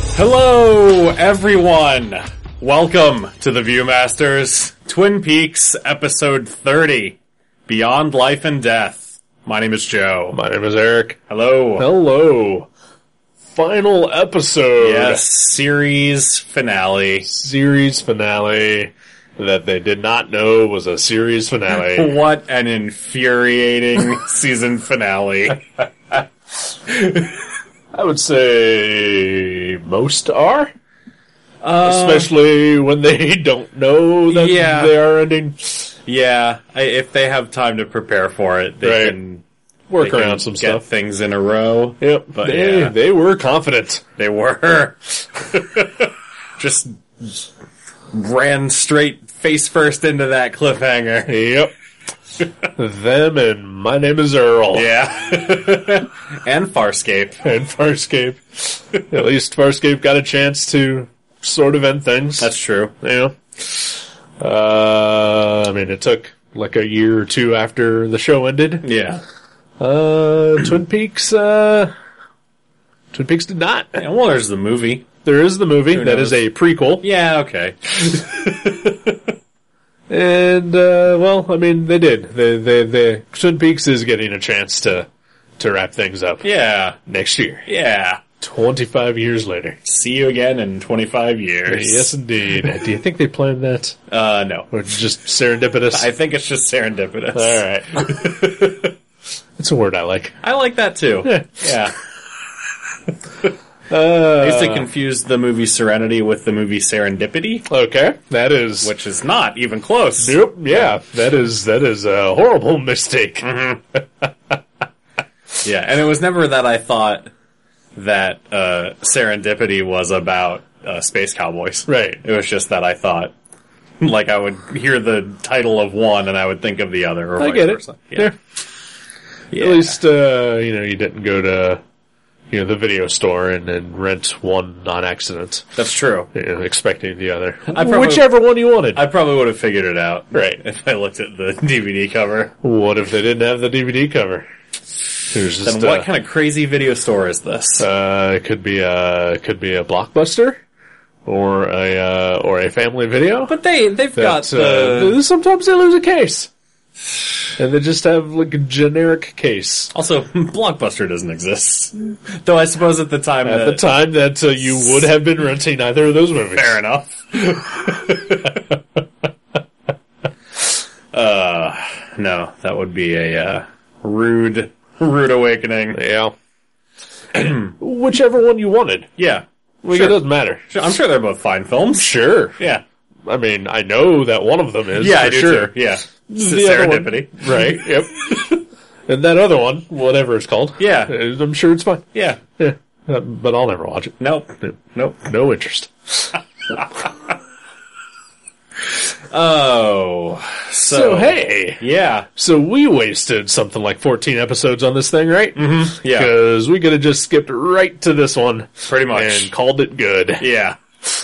Hello, everyone. Welcome to the Viewmasters Twin Peaks episode 30 Beyond Life and Death. My name is Joe. My name is Eric. Hello. Hello. Final episode. Yes, series finale. Series finale that they did not know was a series finale. What an infuriating season finale. I would say most are. Especially when they don't know that Uh, Yeah. they are ending. Yeah, I, if they have time to prepare for it, they Right. can Work they can around some get stuff. things in a row. Yep. but they, yeah. they were confident. They were just ran straight face first into that cliffhanger. Yep. Them and my name is Earl. Yeah, and Farscape. and Farscape. At least Farscape got a chance to sort of end things. That's true. yeah. Uh, I mean, it took like a year or two after the show ended. Yeah, Uh, Twin Peaks. Uh, Twin Peaks did not. and well, there's the movie. There is the movie that knows? is a prequel, Yeah, okay. and uh, well, I mean, they did. They, they, they. Twin Peaks is getting a chance to to wrap things up Yeah, next year. yeah. Twenty five years later. See you again in 25 years. Yes, indeed. Do you think they planned that? Uh, no. Or just serendipitous. I think it's just serendipitous. All right. it's a word I like. I like that too. Yeah. Uh. Yeah. I used to confuse the movie Serenity with the movie Serendipity, Okay, that is. which is not even close. Nope. Yeah, that is that is a horrible mistake. Mm-hmm. Yeah, and it was never that I thought that uh, Serendipity was about uh, space cowboys. Right. It was just that I thought, like, I would hear the title of one and I would think of the other. Or I vice get it. versa. There. Yeah. yeah. At least uh, you know you didn't go to you know the video store and, and rent one on accident, that's true. you know, expecting the other, probably- whichever one you wanted. I probably would have figured it out, Right. if I looked at the DVD cover. what if they didn't have the DVD cover? There's just And uh, what kind of crazy video store is this? Uh, it could be a it could be a blockbuster, or a uh, or a family video. But they they've got That, the. uh, sometimes they lose a case, and they just have like a generic case. also, Blockbuster doesn't exist. Though I suppose at the time Mm. At the that- time that uh, you would have been renting either of those movies. Fair enough. uh, no, that would be a uh, rude, rude awakening. Yeah. Whichever one you wanted, Yeah, like, Sure. it doesn't matter. Sure, I'm sure they're both fine films. Sure. Yeah, I mean, I know that one of them is. yeah, for I do sure. too. Yeah, The other one. serendipity. Right. Yep. and that other one, whatever it's called. Yeah. uh, I'm sure it's fine. Yeah, Yeah, uh, but I'll never watch it. nope, nope. No interest. Oh, so, So hey, yeah, so we wasted something like 14 episodes on this thing, right? Mm-hmm. yeah, Because we could have just skipped right to this one pretty much. and called it good. Yeah.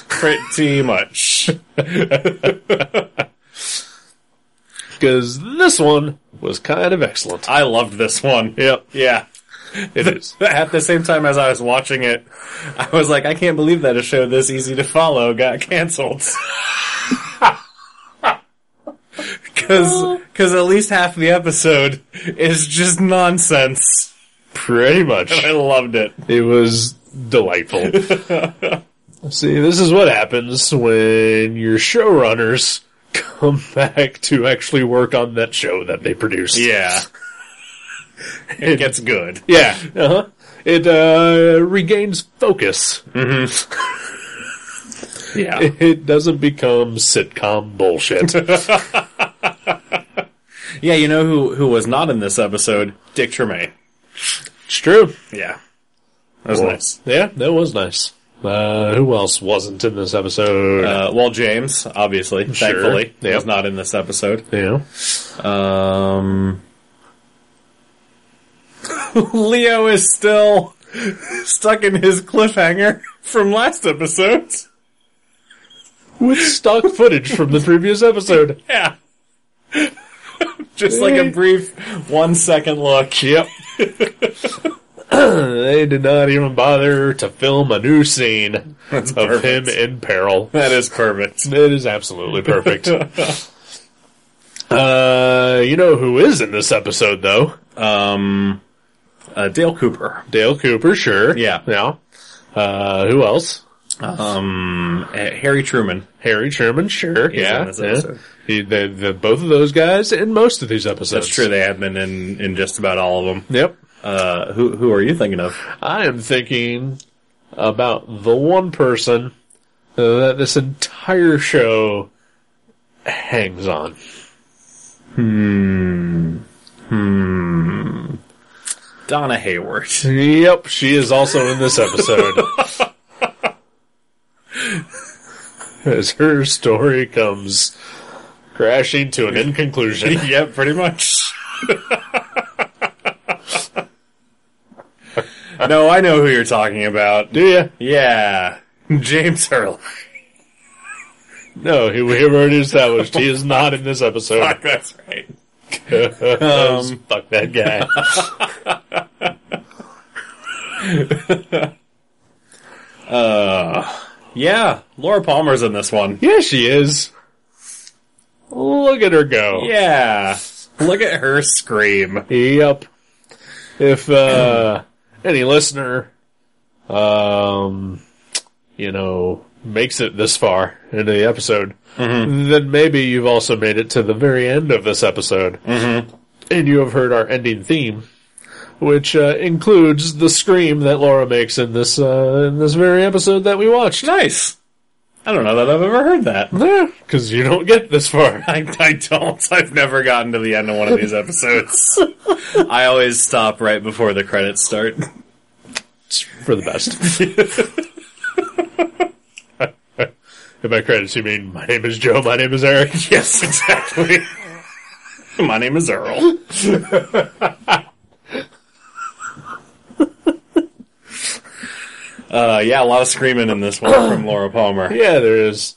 Pretty much. Because this one was kind of excellent. I loved this one. Yep, Yeah. it is. At the same time as I was watching it, I was like, I can't believe that a show this easy to follow got canceled. Cause, 'cause at least half the episode is just nonsense. Pretty much. I loved it. It was delightful. See, this is what happens when your showrunners come back to actually work on that show that they produced. Yeah. It gets good. Yeah. Uh-huh. It uh, regains focus. Mm-hmm. Yeah. It doesn't become sitcom bullshit. Yeah, you know who, who was not in this episode? Dick Tremaine. it's true. Yeah. That was nice. Yeah, that was nice. Uh, who else wasn't in this episode? Uh, well, James, obviously, thankfully, Yep. was not in this episode. yeah. Um, Leo is still stuck in his cliffhanger from last episode. With stock footage from the previous episode. Yeah. Just like a brief one second look. Yep. they did not even bother to film a new scene of perfect. him in peril. That is perfect. It is absolutely perfect. uh, you know who is in this episode, though? Um, uh, Dale Cooper. Dale Cooper, sure. Yeah. Yeah. Uh, who else? Um, uh, Harry Truman. Harry Sherman, sure. yeah. in this yeah. episode. He, the, the, both of those guys in most of these episodes. That's true. They have been in, in just about all of them. Yep. Uh, who who are you thinking of? I am thinking about the one person that this entire show hangs on. Donna Hayward. Yep, she is also in this episode. As her story comes crashing to an end conclusion. yep, pretty much. no, I know who you're talking about. Do ya? Yeah, James Hurley. No, he, we have already established he is not in this episode. That's right. Um, Fuck that guy. Yeah, Laura Palmer's in this one. yeah, she is. Look at her go. Yeah. Look at her scream. Yep. If uh, any listener, um, you know, makes it this far into the episode, then maybe you've also made it to the very end of this episode, mm-hmm. and you have heard our ending theme, which uh, includes the scream that Laura makes in this uh, in this very episode that we watched. Nice. I don't know that I've ever heard that. Because you don't get this far. I, I don't. I've never gotten to the end of one of these episodes. I always stop right before the credits start. It's for the best. In my credits, you mean my name is Joe, my name is Eric. Yes, exactly. My name is Earl. uh, yeah, a lot of screaming in this one from Laura Palmer. Yeah, there is.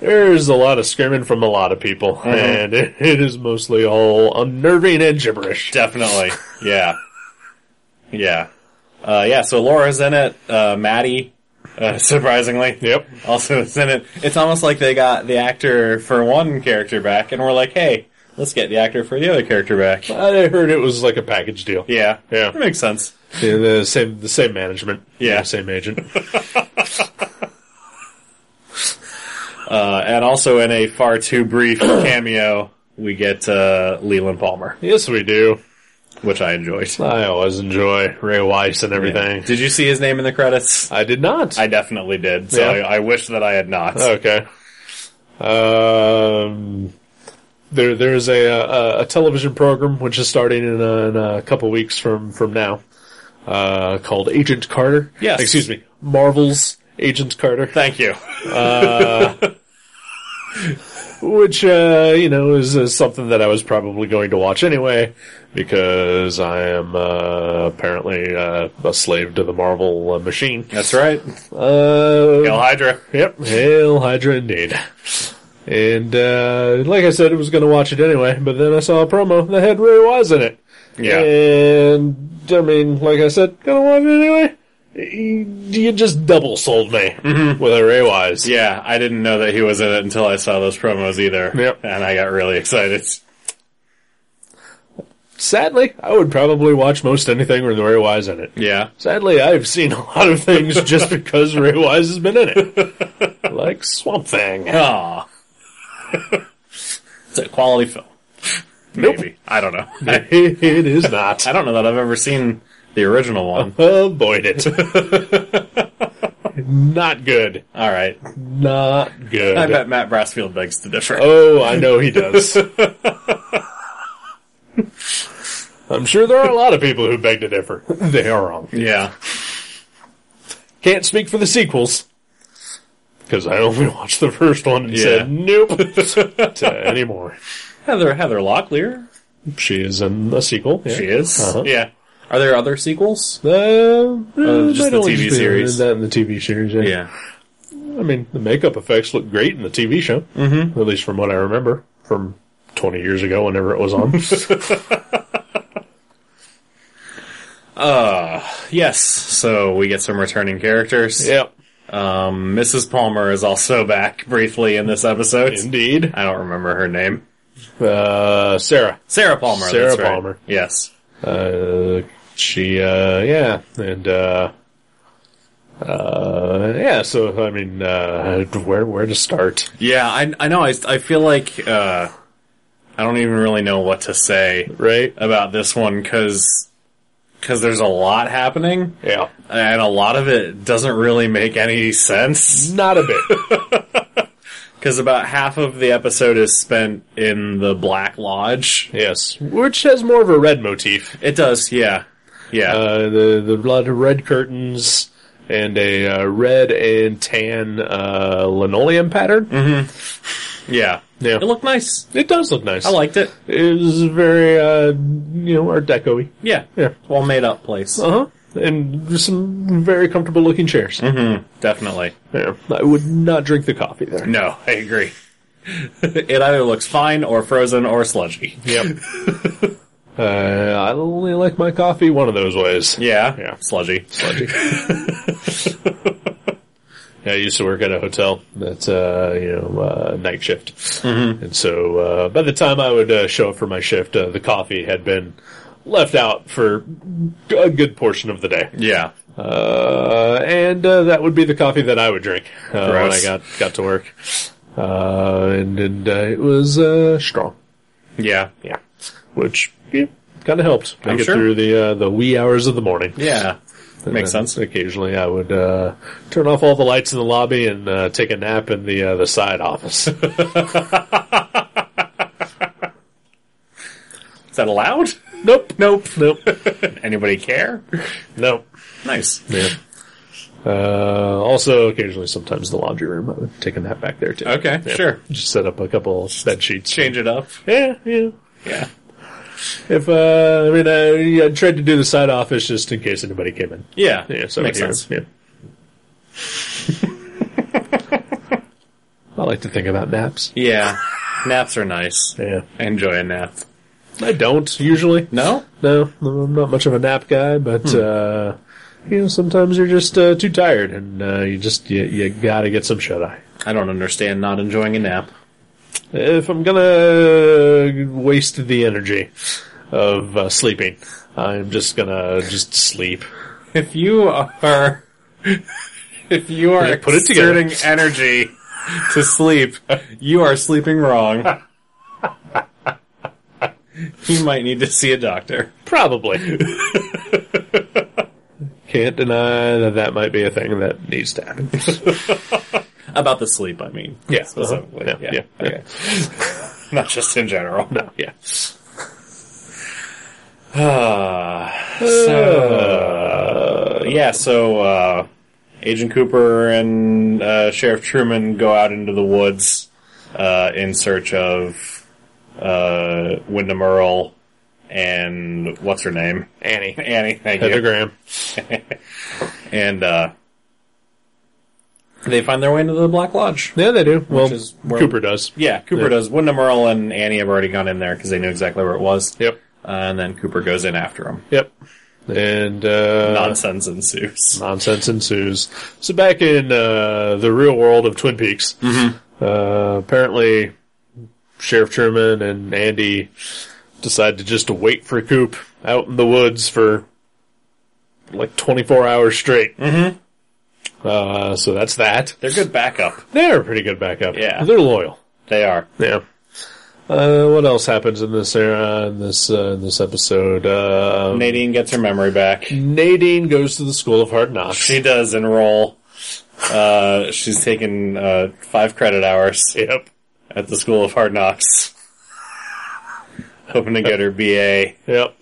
There is a lot of screaming from a lot of people, and it, it is mostly all unnerving and gibberish. Definitely. Yeah. Yeah. Uh, yeah, so Laura's in it. Uh, Maddie, uh, surprisingly. Yep. also is in it. It's almost like they got the actor for one character back, and we're like, hey, let's get the actor for the other character back. I heard it was like a package deal. Yeah, Yeah. that makes sense. Yeah, the same, the same management. Yeah. The same agent. Uh, and also in a far too brief cameo, we get uh, Leland Palmer, yes, we do. which I enjoyed. I always enjoy Ray Weiss and everything. Did you see his name in the credits? I did not. I definitely did. So Yeah. I, I wish that I had not. Okay. Um, there there's a, a a television program which is starting in a, in a couple weeks from from now, uh, called Agent Carter. Yes. Excuse me, Marvel's Agent Carter, Thank you. which uh, you know is, is something that I was probably going to watch anyway because I am uh, apparently uh, a slave to the Marvel uh, machine. That's right. Uh, Hail Hydra. Yep, hail Hydra indeed. And uh, like I said, I was going to watch it anyway, but then I saw a promo that had Ray Wise in it. Yeah. And I mean, like I said, going to watch it anyway. Y- You just double sold me with a Ray Wise. Yeah, I didn't know that he was in it until I saw those promos either. Yep. And I got really excited. Sadly, I would probably watch most anything with Ray Wise in it. Yeah. Sadly, I've seen a lot of things just because Ray Wise has been in it, like Swamp Thing. Aw. it's a quality film. Maybe. I don't know. I, it is not. I don't know that I've ever seen the original one. Avoid it. Not good. All right. Not good. I bet Matt Brassfield begs to differ. Oh, I know he does. I'm sure there are a lot of people who beg to differ. They are wrong. Yeah. Can't speak for the sequels. Because I only watched the first one and Yeah. said nope to anymore. Heather Heather Locklear. She is in a sequel. yeah. She is. Uh-huh. Yeah. Are there other sequels? Uh, uh, just might the only TV be series. That in the TV series, yeah. I mean, the makeup effects look great in the TV show, mm-hmm. at least from what I remember from 20 years ago, whenever it was on. Yes, so we get some returning characters. Yep. Um, Mrs. Palmer is also back briefly in this episode. Indeed. I don't remember her name. Uh, Sarah. Sarah Palmer. Sarah that's right. Palmer. Yes. Uh, she, uh, yeah, and, uh, uh, yeah, so, I mean, uh, where, where to start? Yeah, I, I know. I, I feel like uh, I don't even really know what to say Right? about this one because there's a lot happening Yeah. and a lot of it doesn't really make any sense. Not a bit. Because about half of the episode is spent in the Black Lodge. yes. Which has more of a red motif. It does, yeah, yeah, Uh, the, the lot of red curtains and a, uh, red and tan, uh, linoleum pattern. yeah, yeah. It looked nice. It does look nice. I liked it. It was very, uh, you know, art decoy. Yeah, Yeah. well made up place. Uh huh. And some very comfortable looking chairs. Mm-hmm. Definitely. Yeah, I would not drink the coffee there. No, I agree. it either looks fine or frozen or sludgy. Yep. uh, I only like my coffee one of those ways. Yeah, Yeah. sludgy. Sludgy. Yeah, I used to work at a hotel that's, uh, you know, uh, night shift. Mm-hmm. And so, uh, by the time I would uh, show up for my shift, uh, the coffee had been left out for a good portion of the day. Yeah. Uh, and uh, that would be the coffee that I would drink uh, when I Gross. got got to work. Uh, and and uh, it was uh, strong, Yeah. yeah, which yeah, kind of helped make I'm it sure. through the uh, the wee hours of the morning. Yeah. And Makes then sense. Occasionally, I would uh, turn off all the lights in the lobby and uh, take a nap in the uh, the side office. Is that allowed? nope, nope, nope, Anybody care? nope. Nice. Yeah. Uh, also, occasionally, sometimes the laundry room, I would take a nap back there too. Okay, Yeah. sure. Just set up a couple bed sheets. Change it up. Yeah, yeah. Yeah. If uh, I mean, I, I tried to do the side office just in case anybody came in. Yeah. Yeah, so makes here, sense. Yeah. I like to think about naps. Yeah. Naps are nice. Yeah, I enjoy a nap. I don't usually. No? No, I'm not much of a nap guy, but uh, you know, sometimes you're just uh, too tired, and uh, you just you, you gotta get some shut eye. I don't understand not enjoying a nap. If I'm gonna waste the energy of uh, sleeping, I'm just gonna just sleep. If you are if you are Yeah, put it together. exerting energy to sleep, you are sleeping wrong. you might need to see a doctor. Probably. Can't deny that that might be a thing that needs to happen. About the sleep, I mean. Specifically. Yeah, yeah, yeah. Okay. Not just in general. No, yeah. Yeah, so uh, Agent Cooper and uh, Sheriff Truman go out into the woods uh, in search of uh, Wyndham Earl and what's her name? Annie. Annie, thank Heather you. Graham. And uh, they find their way into the Black Lodge. Yeah, they do. Well, is where- Cooper does. Yeah, Cooper Yeah. does. Wyndham Earl and Annie have already gone in there because they knew exactly where it was. Yep. Uh, and then Cooper goes in after him. Yep. And uh, Nonsense ensues. nonsense ensues. So back in uh, the real world of Twin Peaks, uh, apparently Sheriff Truman and Andy decide to just wait for Coop out in the woods for like 24 hours straight. Mm-hmm. Uh, so that's that. They're good backup. They're a pretty good backup. Yeah. they're loyal. They are. Yeah. Uh, what else happens in this era? In this uh, in this episode, uh, Nadine gets her memory back. Nadine goes to the School of Hard Knocks. She does enroll. Uh, she's taken uh, five credit hours Yep. at the School of Hard Knocks, hoping to get her BA Yep.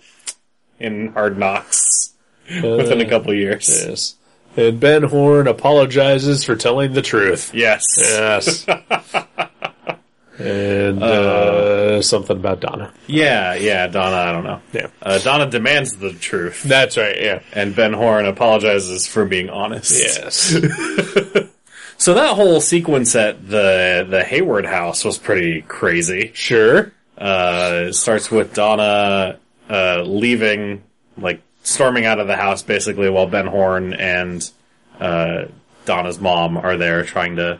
in Hard Knocks within a couple years. Yes. And Ben Horn apologizes for telling the truth. Yes, Yes. and uh, something about Donna. yeah, yeah. Donna, I don't know. Yeah. Uh, Donna demands the truth, That's right. Yeah. and Ben Horn apologizes for being honest. Yes. So that whole sequence at the the Hayward house was pretty crazy. sure. uh, it starts with Donna uh, leaving, like storming out of the house basically while Ben Horn and uh, Donna's mom are there trying to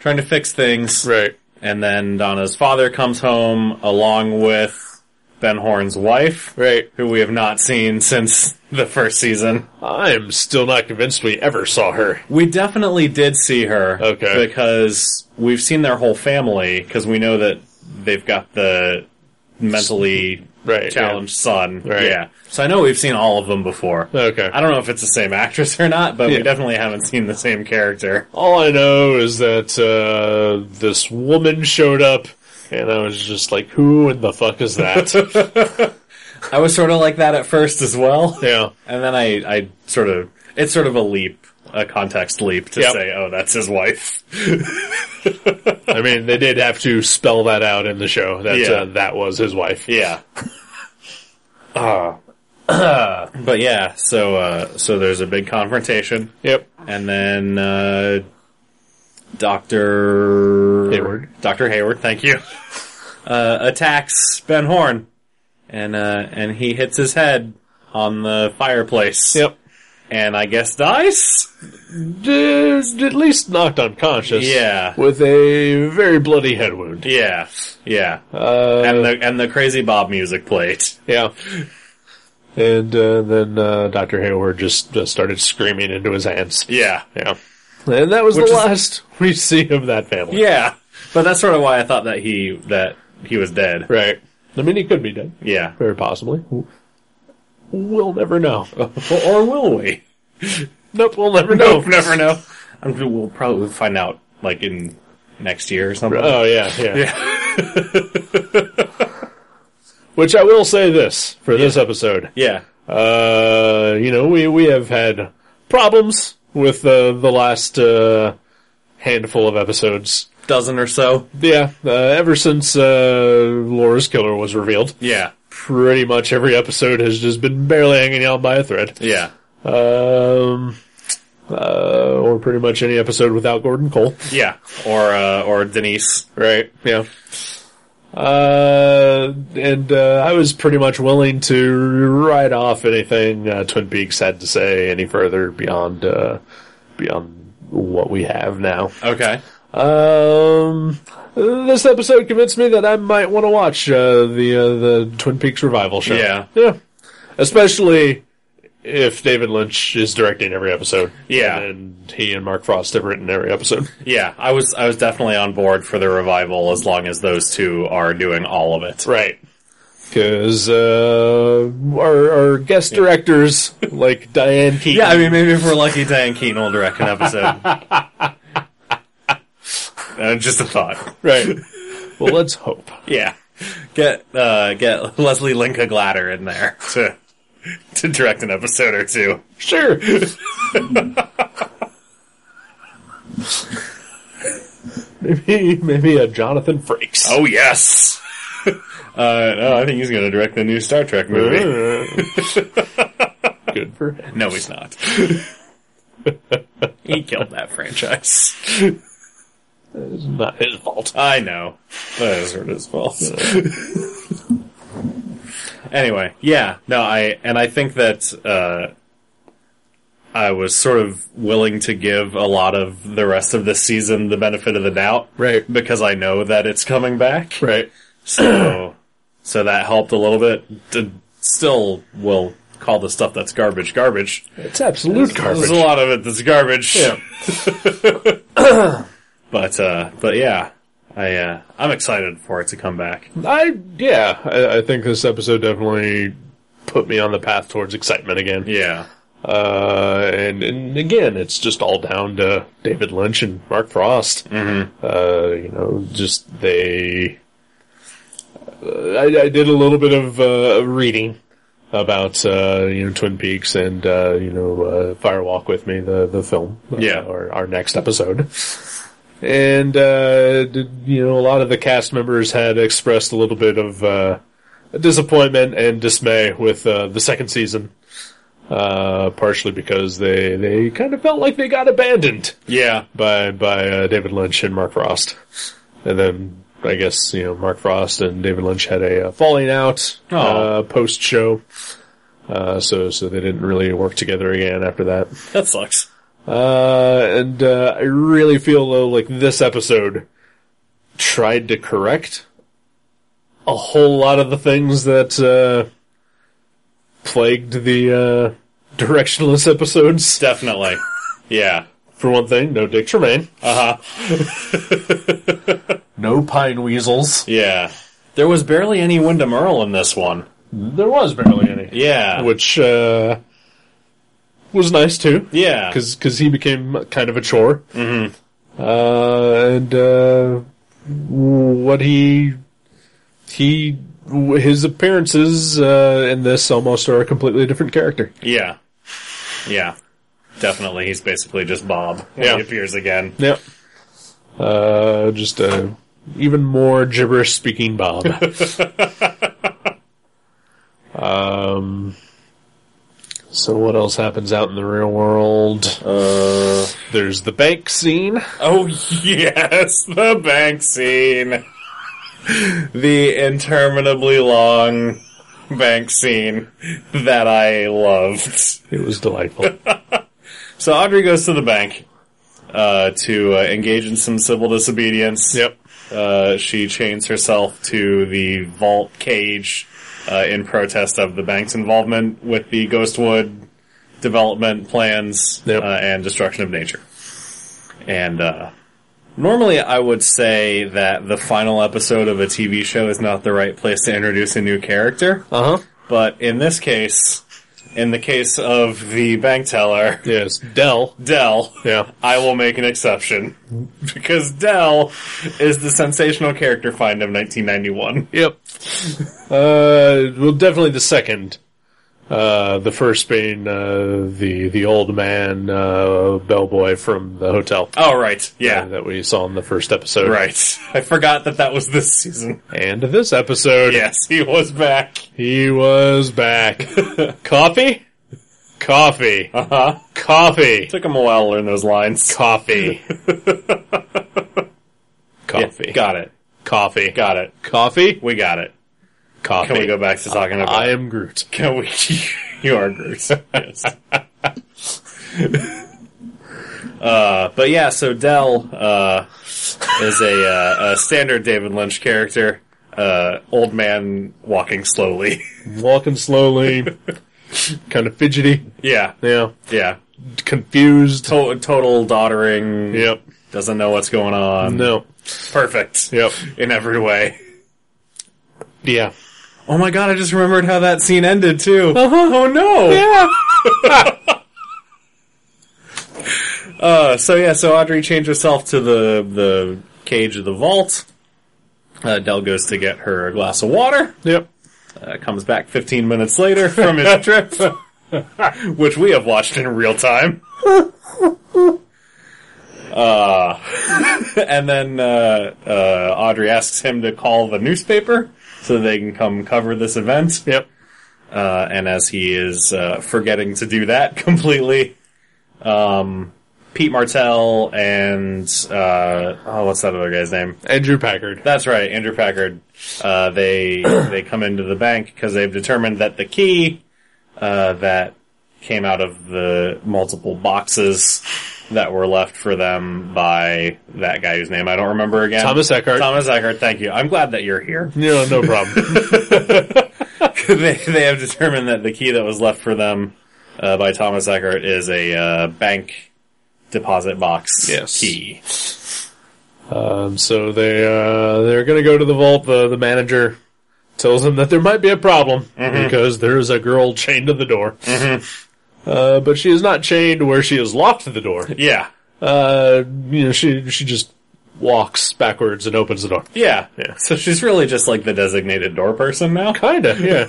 trying to fix things. Right. And then Donna's father comes home along with Ben Horn's wife, Right. who we have not seen since the first season. I'm still not convinced we ever saw her. We definitely did see her. Okay. Because we've seen their whole family, because we know that they've got the mentally Right, challenged son. Right. Yeah. So I know we've seen all of them before. Okay. I don't know if it's the same actress or not, but Yeah. we definitely haven't seen the same character. All I know is that uh, this woman showed up, and I was just like, "Who in the fuck is that?" I was sort of like that at first as well. yeah. And then I, I sort of, it's sort of a leap, a context leap to Yep. say, oh, that's his wife. I mean, they did have to spell that out in the show that Yeah. uh, that was his wife. Yeah. Ah. But yeah, so, uh, so there's a big confrontation. Yep. And then uh, Doctor Hayward. Doctor Hayward, thank you. Uh, attacks Ben Horn, and uh, and he hits his head on the fireplace. Yep. And I guess dies. D- at least knocked unconscious. Yeah. With a very bloody head wound. Yeah, yeah. Uh, and the and the crazy Bob music played. Yeah. And uh, then uh, Dr. Hayward just, just started screaming into his hands. Yeah, Yeah. And that was Which the is- last we see of that family. yeah. But that's sort of why I thought that he that he was dead. Right. I mean, he could be dead. Yeah, Very possibly. We'll never know. or, or will we? nope, we'll never know. Nope, never know. I'm, we'll probably find out like in next year or something. Oh, yeah, yeah. Which I will say this for this episode. yeah. Uh, you know, we, we have had problems with uh, the last uh, handful of episodes. dozen or so. Yeah, uh, ever since uh, Laura's killer was revealed, Yeah, pretty much every episode has just been barely hanging out by a thread. yeah, Um, uh, or pretty much any episode without Gordon Cole. yeah. Or uh, or Denise. Right. Yeah. Uh, and uh, I was pretty much willing to write off anything uh, Twin Peaks had to say any further beyond uh, beyond what we have now. Okay. Um, this episode convinced me that I might want to watch uh, the uh, the Twin Peaks revival show. Yeah. yeah, especially if David Lynch is directing every episode. Yeah. and he and Mark Frost have written every episode. Yeah, I was I was definitely on board for the revival as long as those two are doing all of it. Right. Because uh, our, our guest directors, like Diane Keaton. Yeah, I mean maybe if we're lucky, Diane Keaton will direct an episode. Uh, just a thought. right. Well, let's hope. Yeah, get uh, get Leslie Linka Glatter in there to to direct an episode or two. Sure. maybe maybe a Jonathan Frakes. Oh yes. Uh, no, I think he's going to direct the new Star Trek movie. Good for him. No, he's not. he killed that franchise. It's not his fault. I know. That is his fault. anyway, yeah, no, I and I think that uh, I was sort of willing to give a lot of the rest of this season the benefit of the doubt, Right. Because I know that it's coming back, Right. so so that helped a little bit. D- still, will call the stuff that's garbage garbage. It's absolute There's a garbage. lot of it that's garbage. Yeah. But uh, but yeah, I uh, I'm excited for it to come back. I yeah. I, I think this episode definitely put me on the path towards excitement again. Yeah, Uh, and, and again, it's just all down to David Lynch and Mark Frost. Uh, you know, just they. Uh, I, I did a little bit of uh, reading about uh, you know Twin Peaks and uh, you know uh, Firewalk with Me, the the film, uh, Yeah. or our next episode. And uh, did, you know, a lot of the cast members had expressed a little bit of uh, disappointment and dismay with uh, the second season uh, partially because they, they kind of felt like they got abandoned yeah, by by uh, David Lynch and Mark Frost, and then I guess you know Mark Frost and David Lynch had a uh, falling out Aw. uh, post show, Uh, so, so they didn't really work together again after that. That sucks. Uh, and uh, I really feel though like this episode tried to correct a whole lot of the things that uh, plagued the uh, directionless episodes. Definitely. yeah. For one thing, no Uh-huh. Dick Tremaine, Uh huh. no pine weasels. Yeah. There was barely any Wyndham Earl in this one. There was barely any, Yeah. which uh, was nice too. yeah. because he became kind of a chore. Mm-hmm. Uh, and uh, what he he his appearances uh, in this almost are a completely different character. Yeah. Yeah. Definitely. He's basically just Bob when Yeah. he appears again. Yeah, uh, just a even more gibberish speaking Bob. um. So what else happens out in the real world? Uh. There's the bank scene. Oh yes, the bank scene. the interminably long bank scene that I loved. It was delightful. So Audrey goes to the bank uh, to uh, engage in some civil disobedience. Uh, she chains herself to the vault cage uh, in protest of the bank's involvement with the Ghostwood development plans Yep. uh, and destruction of nature. And uh, normally, I would say that the final episode of a TV show is not the right place to introduce a new character, Uh huh. but in this case, in the case of the bank teller, Yes, Dell. Dell. Yeah. I will make an exception because Dell is the sensational character find of 1991. Yep. Uh, well, definitely the second. Uh, the first being uh, the the old man uh, bellboy from the hotel Oh, right. uh, Yeah. that we saw in the first episode. Right. I forgot that that was this season. And this episode, Yes, he was back. he was back. Coffee, coffee, Uh huh. coffee, Took him a while to learn those lines. coffee, Yeah, coffee, got it. coffee, Got it. coffee, We got it. coffee. Can we go back to talking about? I am Groot. Can we? you are Groot. Yes. uh, but yeah, so Dell uh, is a, uh, a standard David Lynch character, uh, old man walking slowly. Walking slowly, kind of fidgety. yeah, Yeah, yeah. confused. To- total doddering. Yep. Doesn't know what's going on. No. Perfect. Yep. In every way. Yeah. Oh my god, I just remembered how that scene ended too. Oh no! Uh-huh. Yeah. Uh, so yeah, so Audrey changed herself to the the cage of the vault. Uh, Dell goes to get her a glass of water. Yep. Uh, comes back 15 minutes later from his trip, which we have watched in real time. Uh, and then uh, uh, Audrey asks him to call the newspaper so they can come cover this event. Yep. Uh, and as he is uh, forgetting to do that completely, um, Pete Martell and uh, oh, what's that other guy's name? Andrew Packard. That's right, Andrew Packard. Uh, they they come into the bank because they've determined that the key uh, that came out of the multiple boxes that were left for them by that guy whose name I don't remember again. Thomas Eckhart. Thomas Eckhart. Thank you. I'm glad that you're here. no, no problem. they, they have determined that the key that was left for them uh, by Thomas Eckert is a uh, bank deposit box Yes. key. um, so they uh, they're gonna go to the vault. The the manager tells them that there might be a problem because there is a girl chained to the door. Uh, but she is not chained where she is locked to the door. Yeah, Uh, you know, she she just walks backwards and opens the door. yeah, So she's really just like the designated door person now. Kinda, yeah.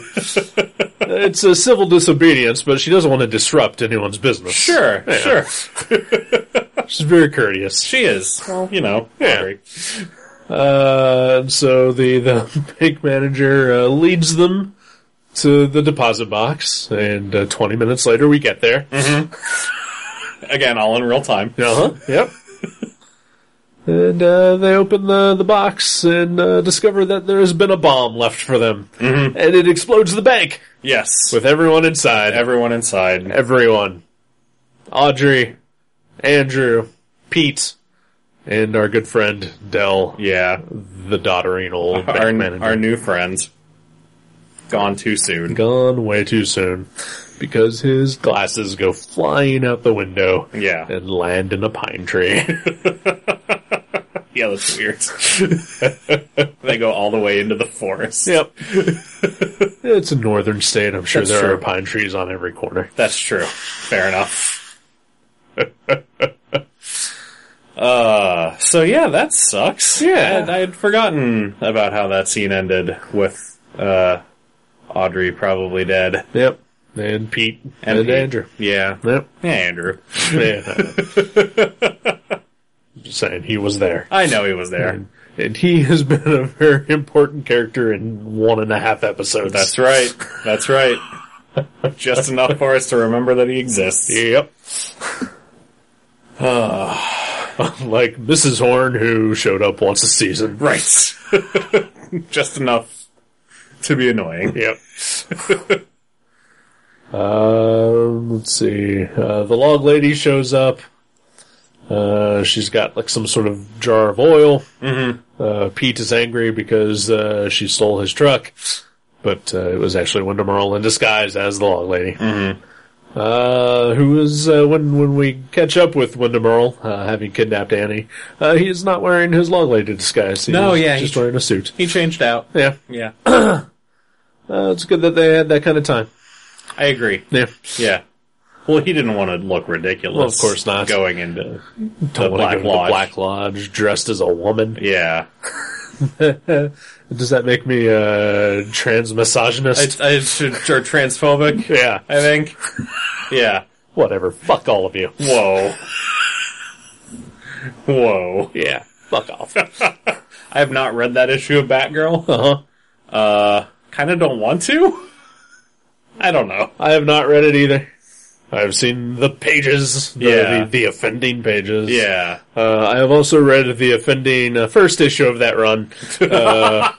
it's a civil disobedience, but she doesn't want to disrupt anyone's business. Sure, Yeah. sure. She's very courteous. She is. Well, you know. Yeah. Audrey. Uh, so the the bank manager uh, leads them to the deposit box, and uh, 20 minutes later we get there. Again, all in real time. Uh huh. Yep. Uh-huh. And uh, they open the, the box and uh, discover that there has been a bomb left for them. Mm-hmm. And it explodes the bank Yes. With with everyone inside. everyone inside. everyone. Audrey, Andrew, Pete, and our good friend Dell, Yeah. the doddering old bank Our, manager. our new friends. Gone too soon. Gone way too soon because his glasses go flying out the window Yeah. and land in a pine tree. Yeah, that's weird. they go all the way into the forest. yep. it's a northern state. I'm sure That's there true. are pine trees on every corner. That's true. Fair enough. uh, so yeah, that sucks. Yeah. I, I had forgotten about how that scene ended with uh, Audrey probably dead Yep. And Pete and, he- Andrew. Yeah, Yep. yeah, Andrew. Yeah. Just saying he was there. I know he was there. And, and he has been a very important character in one and a half episodes. That's right. That's right. Just enough for us to remember that he exists. Yep. like Mrs. Horn, who showed up once a season. Right. Just enough to be annoying. Yep. um, let's see. Uh, the log lady shows up. Uh, she's got like some sort of jar of oil. Mm-hmm. Uh, Pete is angry because uh, she stole his truck, but uh, it was actually Wendell Merle in disguise as the log lady. Mm-hmm. Uh, who is uh, when when we catch up with Wendell Merle, uh, having kidnapped Annie? Uh, he is not wearing his log lady disguise. He No, is yeah, just he- wearing a suit. He changed out. Yeah, Yeah. uh, it's good that they had that kind of time. I agree. Yeah. Yeah. Well, he didn't want to look ridiculous. Well, of course not. Going into the the Black Lodge. Black Lodge dressed as a woman. Yeah. Does that make me uh, trans I, misogynist? I, should- or transphobic, yeah, I think. Yeah. whatever. Fuck all of you. Whoa. Whoa. Yeah, fuck off. I have not read that issue of Batgirl. Uh-huh. Uh, kind of don't want to. I don't know. I have not read it either. I've seen the pages, the, Yeah. the, the offending pages. Yeah. Uh, I have also read the offending uh, first issue of that run, uh,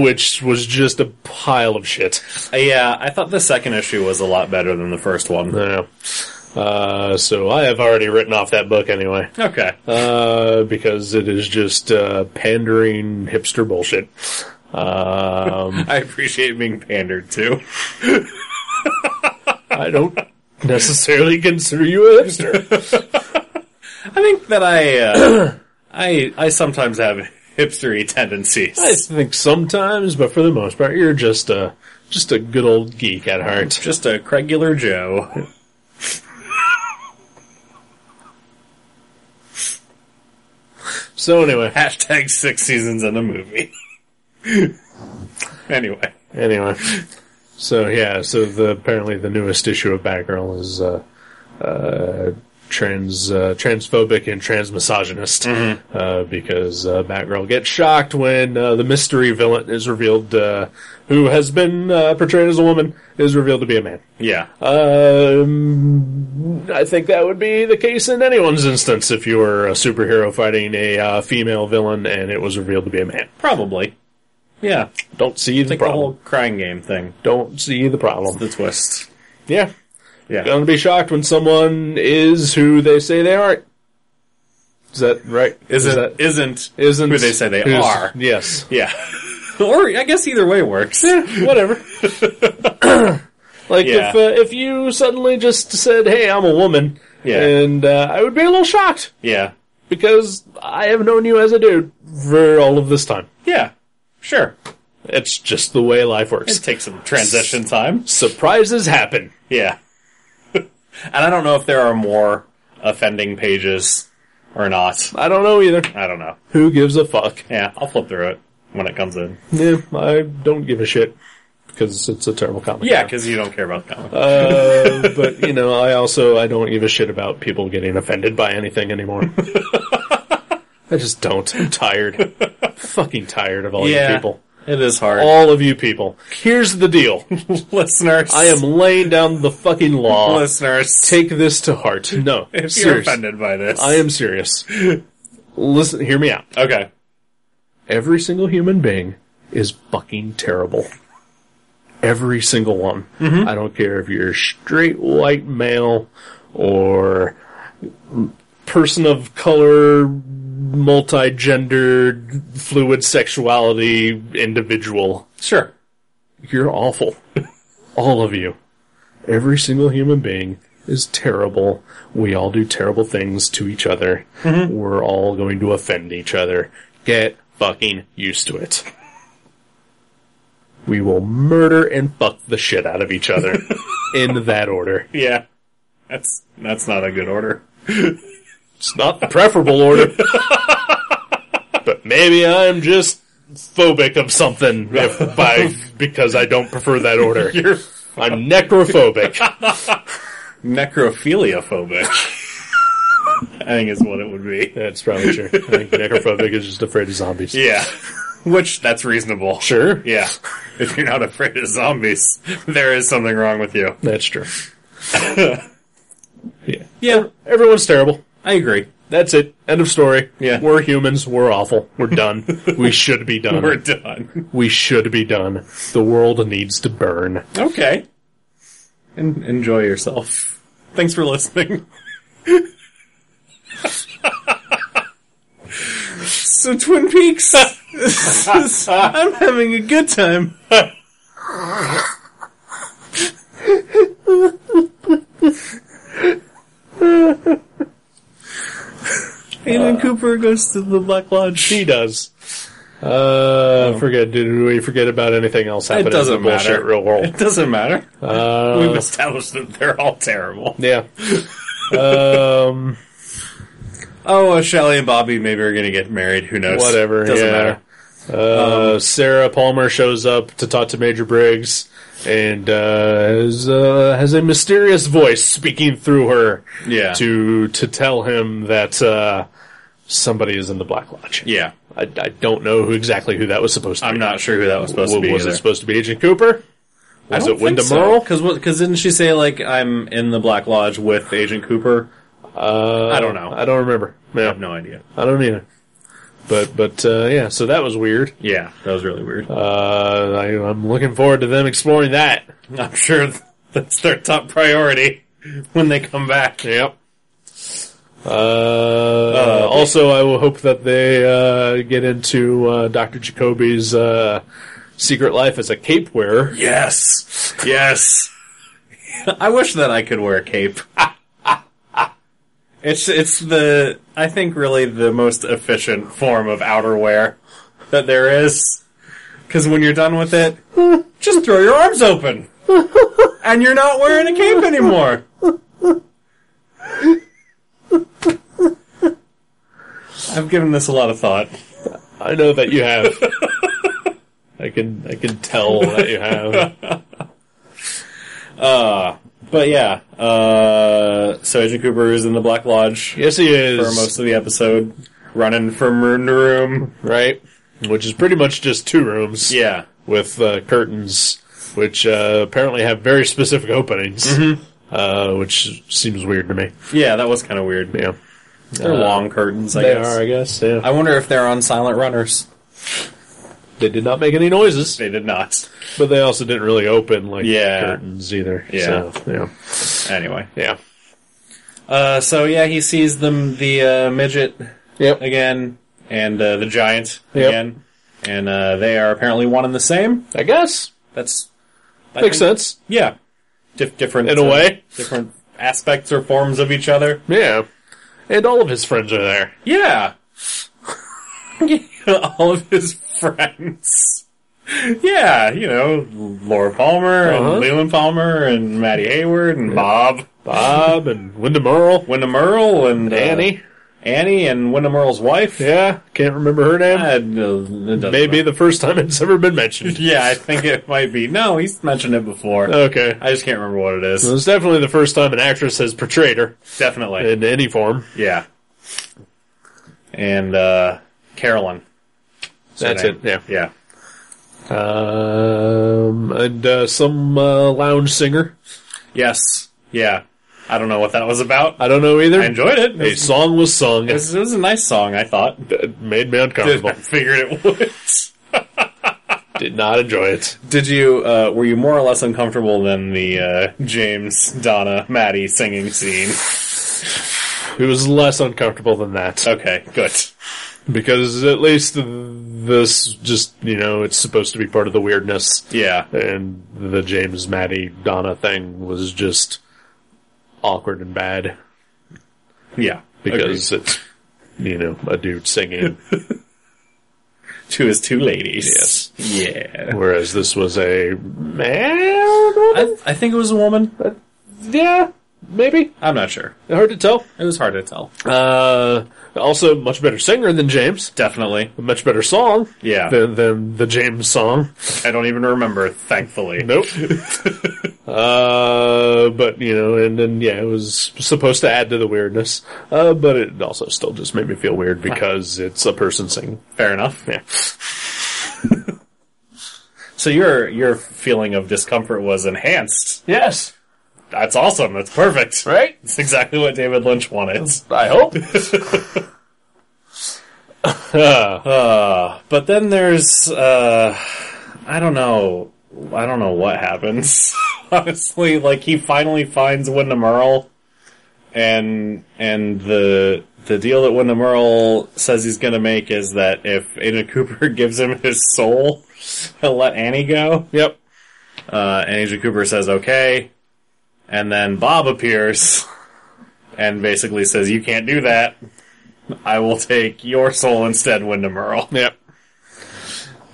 which was just a pile of shit. Uh, yeah, I thought the second issue was a lot better than the first one. Yeah. Uh, so I have already written off that book anyway. Okay. uh, because it is just uh, pandering hipster bullshit. Um, I appreciate being pandered to. I don't necessarily consider you a hipster. I think that I, uh, I, I sometimes have hipstery tendencies. I think sometimes, but for the most part, you're just a just a good old geek at heart. Just a regular Joe. So anyway, Hashtag six seasons in a movie. anyway. anyway, so yeah, so the apparently the newest issue of Batgirl is. Uh, uh, Trans, uh, transphobic and transmisogynist, Mm-hmm. uh, because uh, Batgirl gets shocked when uh, the mystery villain is revealed, uh, who has been uh, portrayed as a woman, is revealed to be a man. Yeah. Uh, Um, I think that would be the case in anyone's instance if you were a superhero fighting a uh, female villain and it was revealed to be a man. Probably. Yeah. Don't see the Like the whole problem. crying game thing. Don't see the problem. The twist. Yeah, Yeah. gonna be shocked when someone is who they say they aren't. Is that right? Isn't, Is that isn't, isn't who they say they who's- are. Yes. Yeah. or I guess either way works. Whatever. like Yeah. if uh, if you suddenly just said, "Hey, I'm a woman," Yeah. and uh, I would be a little shocked Yeah. because I have known you as a dude for all of this time. Yeah. Sure. It's just the way life works. It takes some transition time. Surprises happen. Yeah. and I don't know if there are more offending pages or not. I don't know either. I don't know. Who gives a fuck? Yeah, I'll flip through it when it comes in. Yeah, I don't give a shit because it's a terrible comic. Yeah, because you don't care about comics. Uh, but you know, I also I don't give a shit about people getting offended by anything anymore. I just don't. I'm tired. Fucking tired of all you yeah, people. it is hard. All of you people. Here's the deal. listeners, I am laying down the fucking law. listeners. Take this to heart. No, if you're serious. offended by this, I am serious. listen, hear me out. Okay. Every single human being is fucking terrible. Every single one. I don't care if you're straight white male or person of color, multi-gendered, fluid sexuality individual. Sure. You're awful. all of you. Every single human being is terrible. We all do terrible things to each other. We're all going to offend each other. Get fucking used to it. We will murder and fuck the shit out of each other in that order. Yeah. That's that's not a good order. It's not the preferable order. but maybe I'm just phobic of something if I, because I don't prefer that order. You're I'm necrophobic. necrophilia phobic. I think is what it would be. That's probably true. I think necrophobic is just afraid of zombies. Yeah. Which that's reasonable. Sure. Yeah. If you're not afraid of zombies, there is something wrong with you. That's true. yeah. Yeah, Everyone's terrible. I agree. That's it. End of story. Yeah. We're humans. We're awful. We're done. we should be done. We're done. we should be done. The world needs to burn. Okay. And enjoy yourself. Thanks for listening. so Twin Peaks. I'm having a good time. Aiden Cooper goes to the Black Lodge. She does. Uh, forget. Did we forget about anything else happening It doesn't in the bullshit matter. real It world? doesn't matter. We've Uh, established that they're all terrible. yeah. um, Oh, uh, Shelly and Bobby maybe are going to get married. Who knows? whatever. Doesn't yeah. matter. Um, Uh, Sarah Palmer shows up to talk to Major Briggs and uh, has, uh, has a mysterious voice speaking through her Yeah. to to tell him that uh, somebody is in the Black Lodge. Yeah. I, I don't know who exactly who that was supposed to I'm be. not sure who that was supposed to W- be. was either. it supposed to be Agent Cooper? Was it Wyndham Earl? Because didn't she say like I'm in the Black Lodge with Agent Cooper? Uh, I don't know. I don't remember. I Yeah, have no idea. I don't either. But but uh, yeah, so that was weird. Yeah, that was really weird. Uh, I, I'm looking forward to them exploring that. I'm sure th- that's their top priority when they come back. Yep. Uh, Uh, also, I will hope that they uh, get into uh, Dr. Jacoby's uh, secret life as a cape wearer. Yes, yes. I wish that I could wear a cape. it's it's the I think really the most efficient form of outerwear that there is. Because when you're done with it, just throw your arms open, and you're not wearing a cape anymore. I've given this a lot of thought. I know that you have. I can I can tell that you have. But yeah, uh, so Agent Cooper is in the Black Lodge. Yes, he is. for most of the episode, running from room to room. right? Which is pretty much just two rooms. Yeah, with uh, curtains, which uh, apparently have very specific openings, Mm-hmm. uh, which seems weird to me. yeah, that was kind of weird. Yeah, Uh, They're long curtains, I they guess. are, I guess. Yeah, I wonder if they're on silent runners. they did not make any noises, They did not. but they also didn't really open like Yeah. curtains either. Yeah. so, yeah, Anyway, yeah. uh, so yeah, he sees them the uh, midget Yep. again and uh, the giant Yep. again, and uh, they are apparently one and the same. I guess That's I makes think- sense Yeah, Dif- different in a uh, way. different aspects or forms of each other. Yeah, and all of his friends are there. Yeah. All of his friends. Yeah, you know, Laura Palmer Uh-huh. and Leland Palmer and Maddie Hayward and Bob. Bob and Wyndham Earl, Wyndham Earl and uh, Annie. Annie and Wyndham Earl's wife. Yeah, can't remember her name. Uh, no, it doesn't Maybe matter. the first time it's ever been mentioned. Yeah, I think it might be. No, he's mentioned it before. Okay, I just can't remember what it is. It's definitely the first time an actress has portrayed her Definitely. in any form. Yeah. And, uh, Carolyn. That's name. it. Yeah. Yeah. Um, and uh, some uh, lounge singer. Yes. Yeah. I don't know what that was about. I don't know either. I enjoyed it. It a was, song was sung. it was- it was a nice song, I thought. It made me I uncomfortable. figured it would. Did not enjoy it. Did you, uh, were you more or less uncomfortable than the uh, James, Donna, Maddie singing scene? It was less uncomfortable than that Okay, good. Uh, because at least this just you know it's supposed to be part of the weirdness. Yeah. and the James Maddie Donna thing was just awkward and bad Yeah. because it's you know a dude singing, Agreed. two is two ladies. Yes. Yeah. whereas this was a man. I, I think it was a woman. Yeah, maybe I'm not sure. hard to tell. It was hard to tell. Uh, also, much better singer than James. Definitely. A much better song. Yeah. Than, than the James song. I don't even remember, thankfully. Nope. uh, but you know, and then yeah, it was supposed to add to the weirdness, uh, but it also still just made me feel weird because it's a person singing. Fair enough. Yeah. So your your feeling of discomfort was enhanced. Yes. That's awesome. That's perfect. Right. It's exactly what David Lynch wanted. I hope. uh, But then there's uh I don't know I don't know what happens. Honestly, like he finally finds Wyndham Earl and and the the deal that Wyndham Earl says he's gonna make is that if Ada Cooper gives him his soul, he'll let Annie go. yep. Uh, and Agent Cooper says okay, and then Bob appears and basically says, "You can't do that. I will take your soul instead, Wyndham Earl." Yep.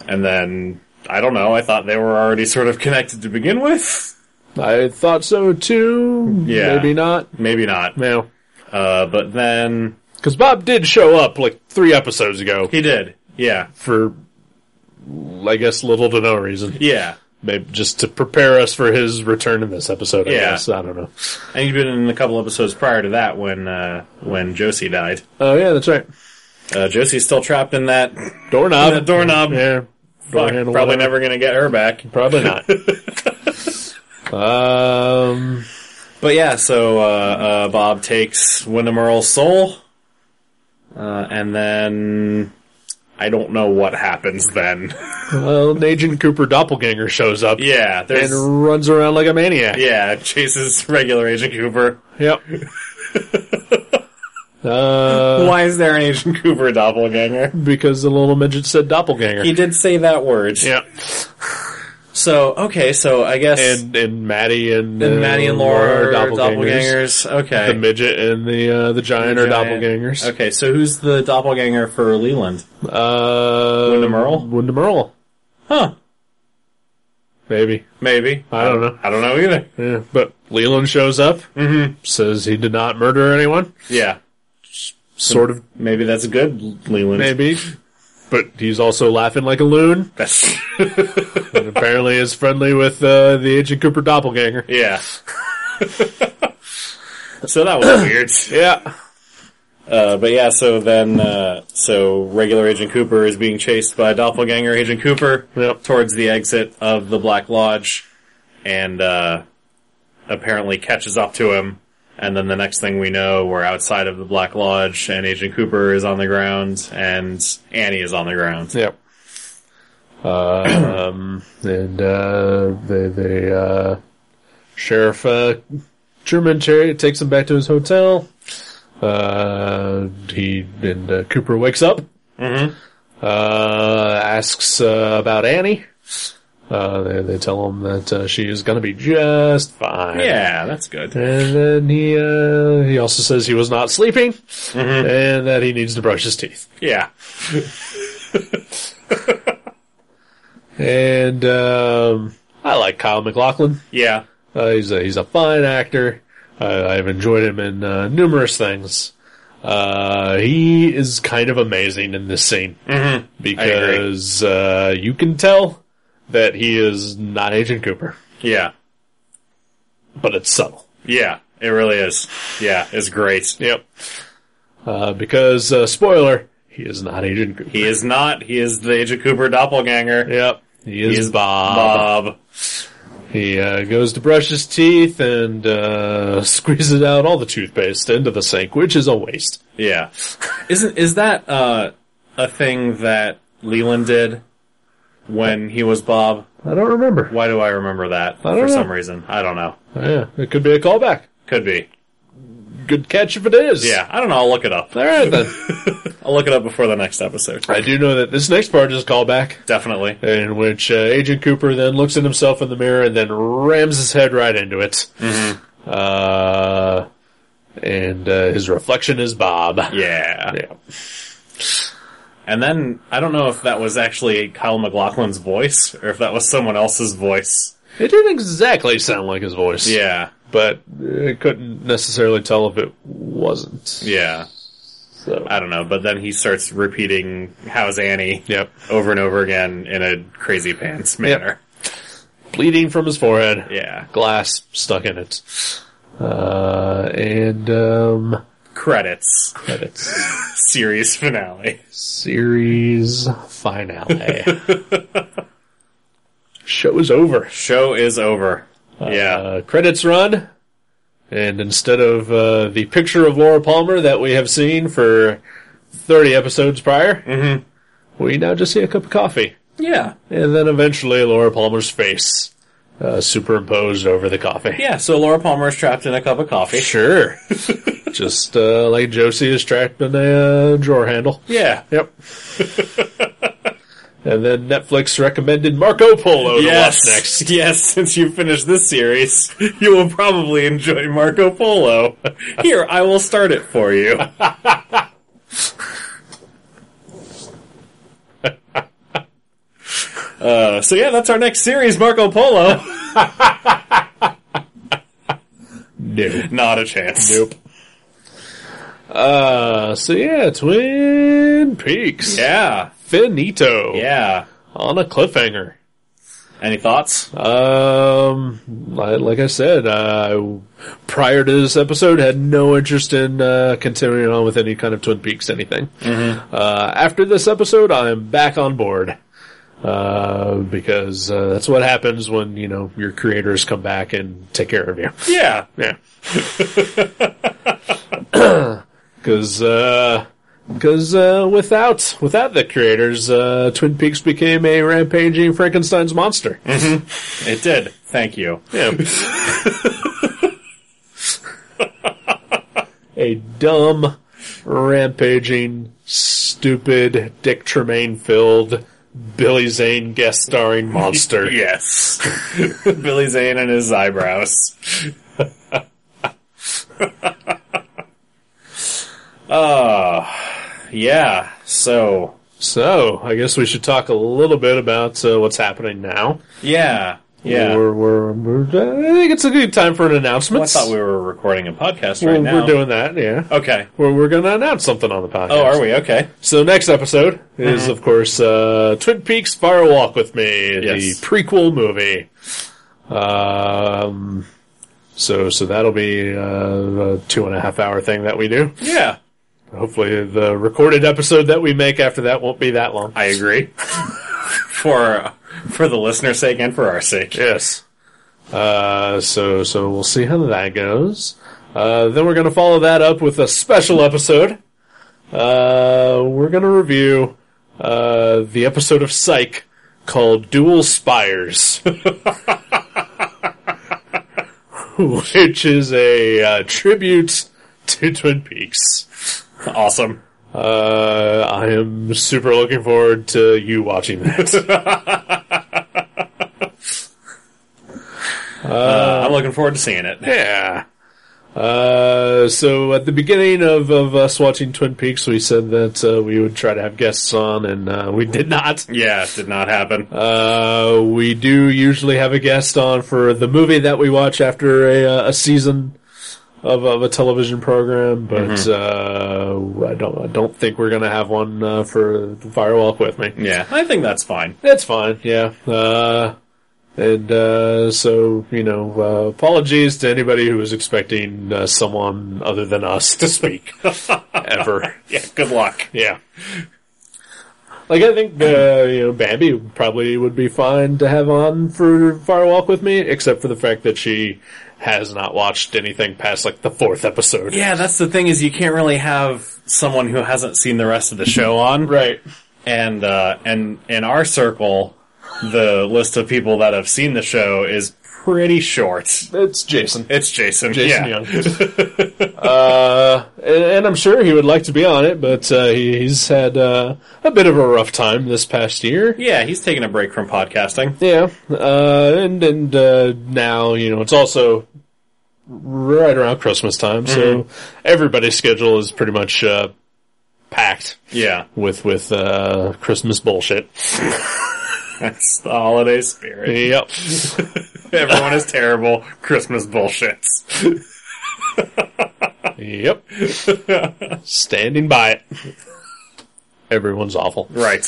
And then I don't know. I thought they were already sort of connected to begin with. I thought so too. Yeah. Maybe not. Maybe not. No. Uh, but then Because Bob did show up like three episodes ago he did. Yeah, for, I guess, little to no reason. yeah. Maybe just to prepare us for his return in this episode. I Yeah. guess I don't know. And he'd been in a couple episodes prior to that when uh, when Josie died. Oh yeah, that's right. Uh, Josie's still trapped in that. Doorknob. The doorknob. Yeah. Door Um, Fuck, handle, probably whatever. never gonna get her back. Probably not. um. But yeah, so uh, uh, Bob takes Wyndham Earl's soul, uh, and then I don't know what happens then. Well, an Agent Cooper doppelganger shows up yeah, there's and runs around like a maniac. yeah chases regular Agent Cooper. Yep. uh, Why is there an Agent Cooper doppelganger? because the little midget said doppelganger. He did say that word. yeah. So okay, so I guess And and Maddie and, and uh, Maddie and Laura are doppelgangers. doppelgangers. Okay. The midget and the uh, the giant are Giant. doppelgangers. Okay, so who's the doppelganger for Leland? Uh, Wyndham Earl? Wyndham Earl, Huh. maybe. Maybe. I don't know. I don't know either. Yeah, but Leland shows up, says he did not murder anyone. Yeah. Sort of, Maybe that's good, Leland. maybe. But he's also laughing like a loon, That's- and apparently is friendly with uh, the Agent Cooper doppelganger. yeah. so that was weird. Yeah. Uh, but yeah, so then, uh, so regular Agent Cooper is being chased by doppelganger Agent Cooper Yep. towards the exit of the Black Lodge and, uh, apparently catches up to him. And then the next thing we know, we're outside of the Black Lodge and Agent Cooper is on the ground and Annie is on the ground. Yep. Um, and uh, the the uh, sheriff uh, Truman Chariot takes him back to his hotel. Uh, he and uh, Cooper wakes up. Uh, asks uh, about Annie. Uh, they, they tell him that uh, she is gonna be just fine. Yeah, that's good. And then he uh, he also says he was not sleeping, and that he needs to brush his teeth. Yeah. And um, I like Kyle McLaughlin. Yeah. Uh, he's a he's a fine actor. Uh, I've enjoyed him in uh, numerous things. Uh, he is kind of amazing in this scene Mm-hmm. because uh, you can tell that he is not Agent Cooper, Yeah. but it's subtle. Yeah. It really is. Yeah. It's great. Yep. Uh, because uh, spoiler, he is not Agent Cooper. He is not. He is the Agent Cooper doppelganger. yep. He is, He is Bob. Bob. He uh, goes to brush his teeth and uh, squeezes out all the toothpaste into the sink, which is a waste. Yeah. Isn't is that uh, a thing that Leland did when he was Bob? I don't remember. Why do I remember that don't for know. some reason? I don't know. Yeah, it could be a callback. Could be. Good catch if it is. Yeah, I don't know. I'll look it up. All right then. I'll look it up before the next episode. I do know that this next part is a callback. Definitely. in which uh, Agent Cooper then looks at himself in the mirror and then rams his head right into it. Mm-hmm. Uh, and uh, his reflection is Bob. Yeah. Yeah. And then I don't know if that was actually Kyle McLaughlin's voice or if that was someone else's voice. It didn't exactly sound like his voice. Yeah. But I couldn't necessarily tell if it wasn't. Yeah. So. I don't know. But then he starts repeating "How's Annie" Yep. over and over again in a crazy pants manner. Bleeding from his forehead. Yeah. Glass stuck in it. Uh, and, um, Credits. credits. Series finale. Series finale. Show is over. Show is over. yeah. Uh, credits run, and instead of uh, the picture of Laura Palmer that we have seen for 30 episodes prior, Mm-hmm. we now just see a cup of coffee. Yeah. And then eventually Laura Palmer's face uh, superimposed over the coffee. Yeah. So Laura Palmer is trapped in a cup of coffee. Sure. just uh, like Josie is trapped in a uh, drawer handle. Yeah. Yep. and then Netflix recommended Marco Polo Yes. to watch next. Yes. Since you finished this series, you will probably enjoy Marco Polo. Here, I will start it for you. Uh, so yeah, that's our next series, Marco Polo. No. Not a chance. Nope. Uh, so yeah, Twin Peaks. Yeah. Finito. Yeah. On a cliffhanger. Any thoughts? Um, li- like I said, uh, prior to this episode, had no interest in uh, continuing on with any kind of Twin Peaks anything. Uh, after this episode, I'm back on board. Uh, because uh, that's what happens when you know your creators come back and take care of you. Yeah. Yeah. Because uh, 'cause, uh, without without the creators, uh, Twin Peaks became a rampaging Frankenstein's monster. It did. Thank you. Yeah. a dumb, rampaging, stupid, Dick Tremaine filled, Billy Zane guest starring monster. Yes. Billy Zane and his eyebrows. uh, yeah. So, So I guess we should talk a little bit about uh, what's happening now. yeah. Yeah. We're, we're, we're- I think it's a good time for an Well, I announcement. thought we were recording a podcast We're- right now. we're doing that, yeah. Okay. We're, we're going to announce something on the podcast. Oh, are we? Okay. So next episode is, of course, uh, Twin Peaks Fire Walk with Yes. Me, the prequel movie. Um, so, so that'll be uh, a two and a half hour thing that we do. Yeah. Hopefully the recorded episode that we make after that won't be that long. I agree. for uh, for the listener's sake and for our sake. Yes. Uh, so so we'll see how that goes. Uh, then we're gonna follow that up with a special episode. Uh, we're gonna review uh, the episode of Psych called Dual Spires, which is a uh, tribute to Twin Peaks. Awesome. Uh, I am super looking forward to you watching that. Uh, I'm looking forward to seeing it. Yeah. Uh, so at the beginning of, of us watching Twin Peaks, we said that uh, we would try to have guests on, and uh, we did not. Yeah, it did not happen. Uh, we do usually have a guest on for the movie that we watch after a, uh, a season of, of a television program, but uh, I don't I don't think we're gonna have one uh, for Firewalk with me. yeah, I think that's fine. That's fine, yeah. Uh, and uh, so, you know, uh, apologies to anybody who was expecting uh, someone other than us to speak ever. Yeah, good luck. Yeah. Like I think uh, you know Bambi probably would be fine to have on for Fire Walk with me, except for the fact that she has not watched anything past like the fourth episode. Yeah, that's the thing is you can't really have someone who hasn't seen the rest of the show on. Right. And uh, and in our circle, the list of people that have seen the show is pretty short. It's Jason. It's Jason. Jason yeah. Young. uh, and, and I'm sure he would like to be on it, but uh, he- he's had uh, a bit of a rough time this past year. Yeah, he's taking a break from podcasting. Yeah, uh, and and uh, now you know it's also right around Christmas time, so everybody's schedule is pretty much uh, packed Yeah. with with uh, Christmas bullshit. That's the holiday spirit. Yep. Everyone is terrible. Christmas bullshits. Yep. Standing by it. Everyone's awful. Right.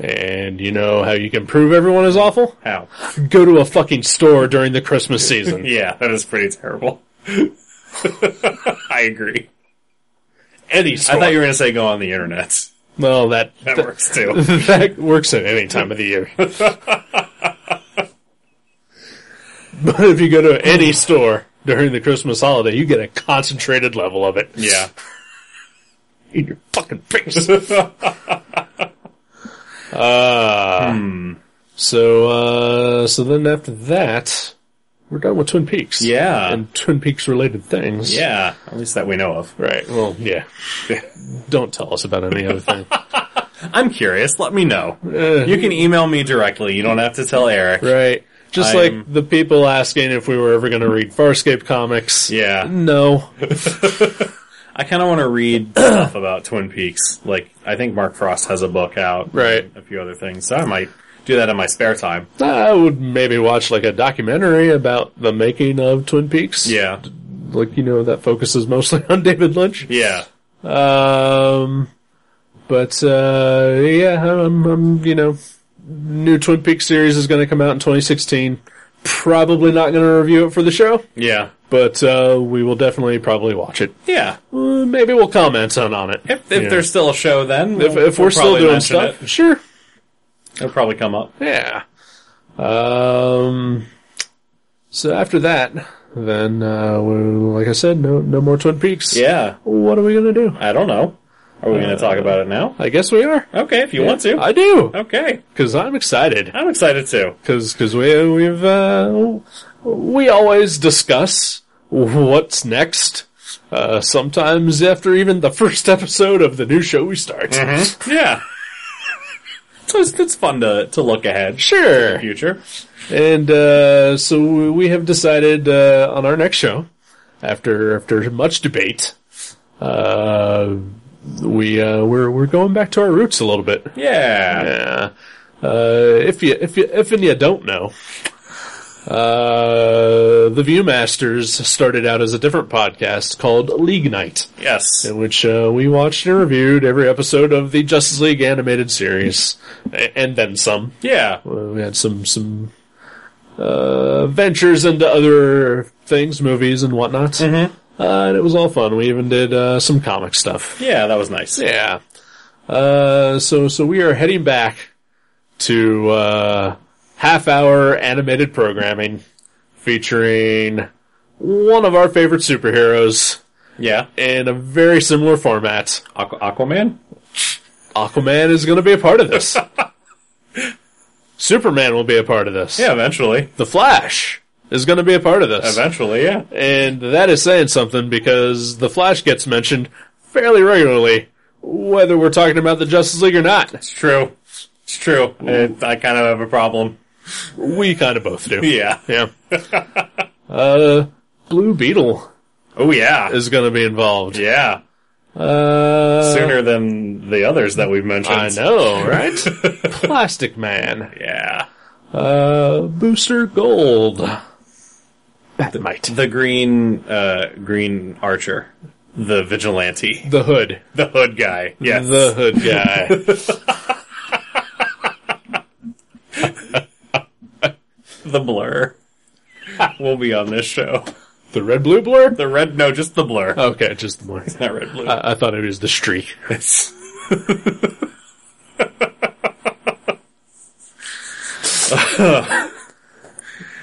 And you know how you can prove everyone is awful? How? Go to a fucking store during the Christmas season. Yeah, that is pretty terrible. I agree. Any store. I thought you were going to say go on the internet. well, that, That that, works too. that works at any time of the year. but if you go to any store during the Christmas holiday, you get a concentrated level of it. Yeah. In your fucking face. uh, So, uh, so then after that, we're done with Twin Peaks. Yeah. And Twin Peaks related things. Yeah. At least that we know of. Right. Well, yeah. Don't tell us about any other thing. I'm curious. Let me know. you can email me directly. You don't have to tell Eric. Uh. right. Just I'm- like the people asking if we were ever going to read Farscape comics. Yeah. No. I kind of want to read stuff about Twin Peaks. Like, I think Mark Frost has a book out. Right. A few other things. So I might do that in my spare time. I would maybe watch like a documentary about the making of Twin Peaks. Yeah. Like, you know, that focuses mostly on David Lynch. Yeah. Um, but uh, yeah, I'm, I'm you know, new Twin Peaks series is going to come out in 2016. Probably not going to review it for the show, Yeah. but uh, we will definitely probably watch it. Yeah. Uh, maybe we'll comment on on it If, if Yeah. there's still a show, then if, if we're still doing stuff. Sure, it. will probably come up. yeah. Um, so after that, then uh, we like I said, no no more Twin Peaks. Yeah, What are we gonna do? I don't know. Are we going to talk about it now? I guess we are. Okay, if you want to. I do okay, because I'm excited. I'm excited too. because because we we've uh, we always discuss what's next. Uh, sometimes after even the first episode of the new show we start. Yeah, so it's, it's fun to to look ahead. Sure. Future. And uh, so we have decided uh, on our next show, after after much debate, uh, we uh, we're we're going back to our roots a little bit. Yeah. Yeah. Uh, if you if you if and you don't know, uh, the Viewmasters started out as a different podcast called League Night, Yes. in which uh, we watched and reviewed every episode of the Justice League animated series, a- and then some. Yeah. Uh, we had some some uh, ventures into other things, movies and whatnot, uh, and it was all fun. We even did uh, some comic stuff. Yeah. That was nice. Yeah. Uh, so so we are heading back to uh, half hour animated programming featuring one of our favorite superheroes Yeah. in a very similar format. Aqu- Aquaman. Aquaman is going to be a part of this. Superman will be a part of this. Yeah. Eventually. The Flash is going to be a part of this. Eventually. Yeah. And that is saying something because The Flash gets mentioned fairly regularly, whether we're talking about the Justice League or not. It's true. It's true. It, I kind of have a problem. We kind of both do. Yeah. Yeah. uh, Blue Beetle Oh yeah. is going to be involved. Yeah. Uh, Sooner than the others that we've mentioned. I know, right? Plastic Man. Yeah. Uh, Booster Gold. Batmite. The green, uh, green archer. The vigilante. The Hood. The hood guy. Yes. The Hood guy. the blur. we'll be on this show. the Red Blue Blur? The red, no, just the blur. Okay, just the more. Uh. Not red blue. I, I thought it was the Streak. It's-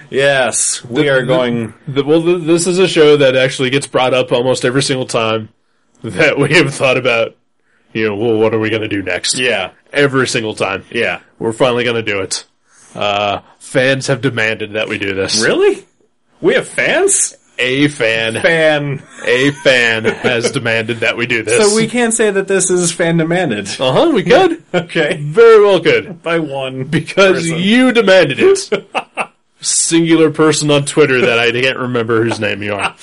Yes, we are going. The, well, th- this is a show that actually gets brought up almost every single time that we have thought about. You know, well, what are we going to do next? Yeah, Every single time, yeah. we're finally going to do it. Uh, fans have demanded that we do this. Really? We have fans? A fan, Fan. a fan has demanded that we do this. So we can say that this is fan demanded. uh huh, we could Okay. very well could By one. because Person. you demanded it. Singular person on Twitter that I can't remember whose name you are.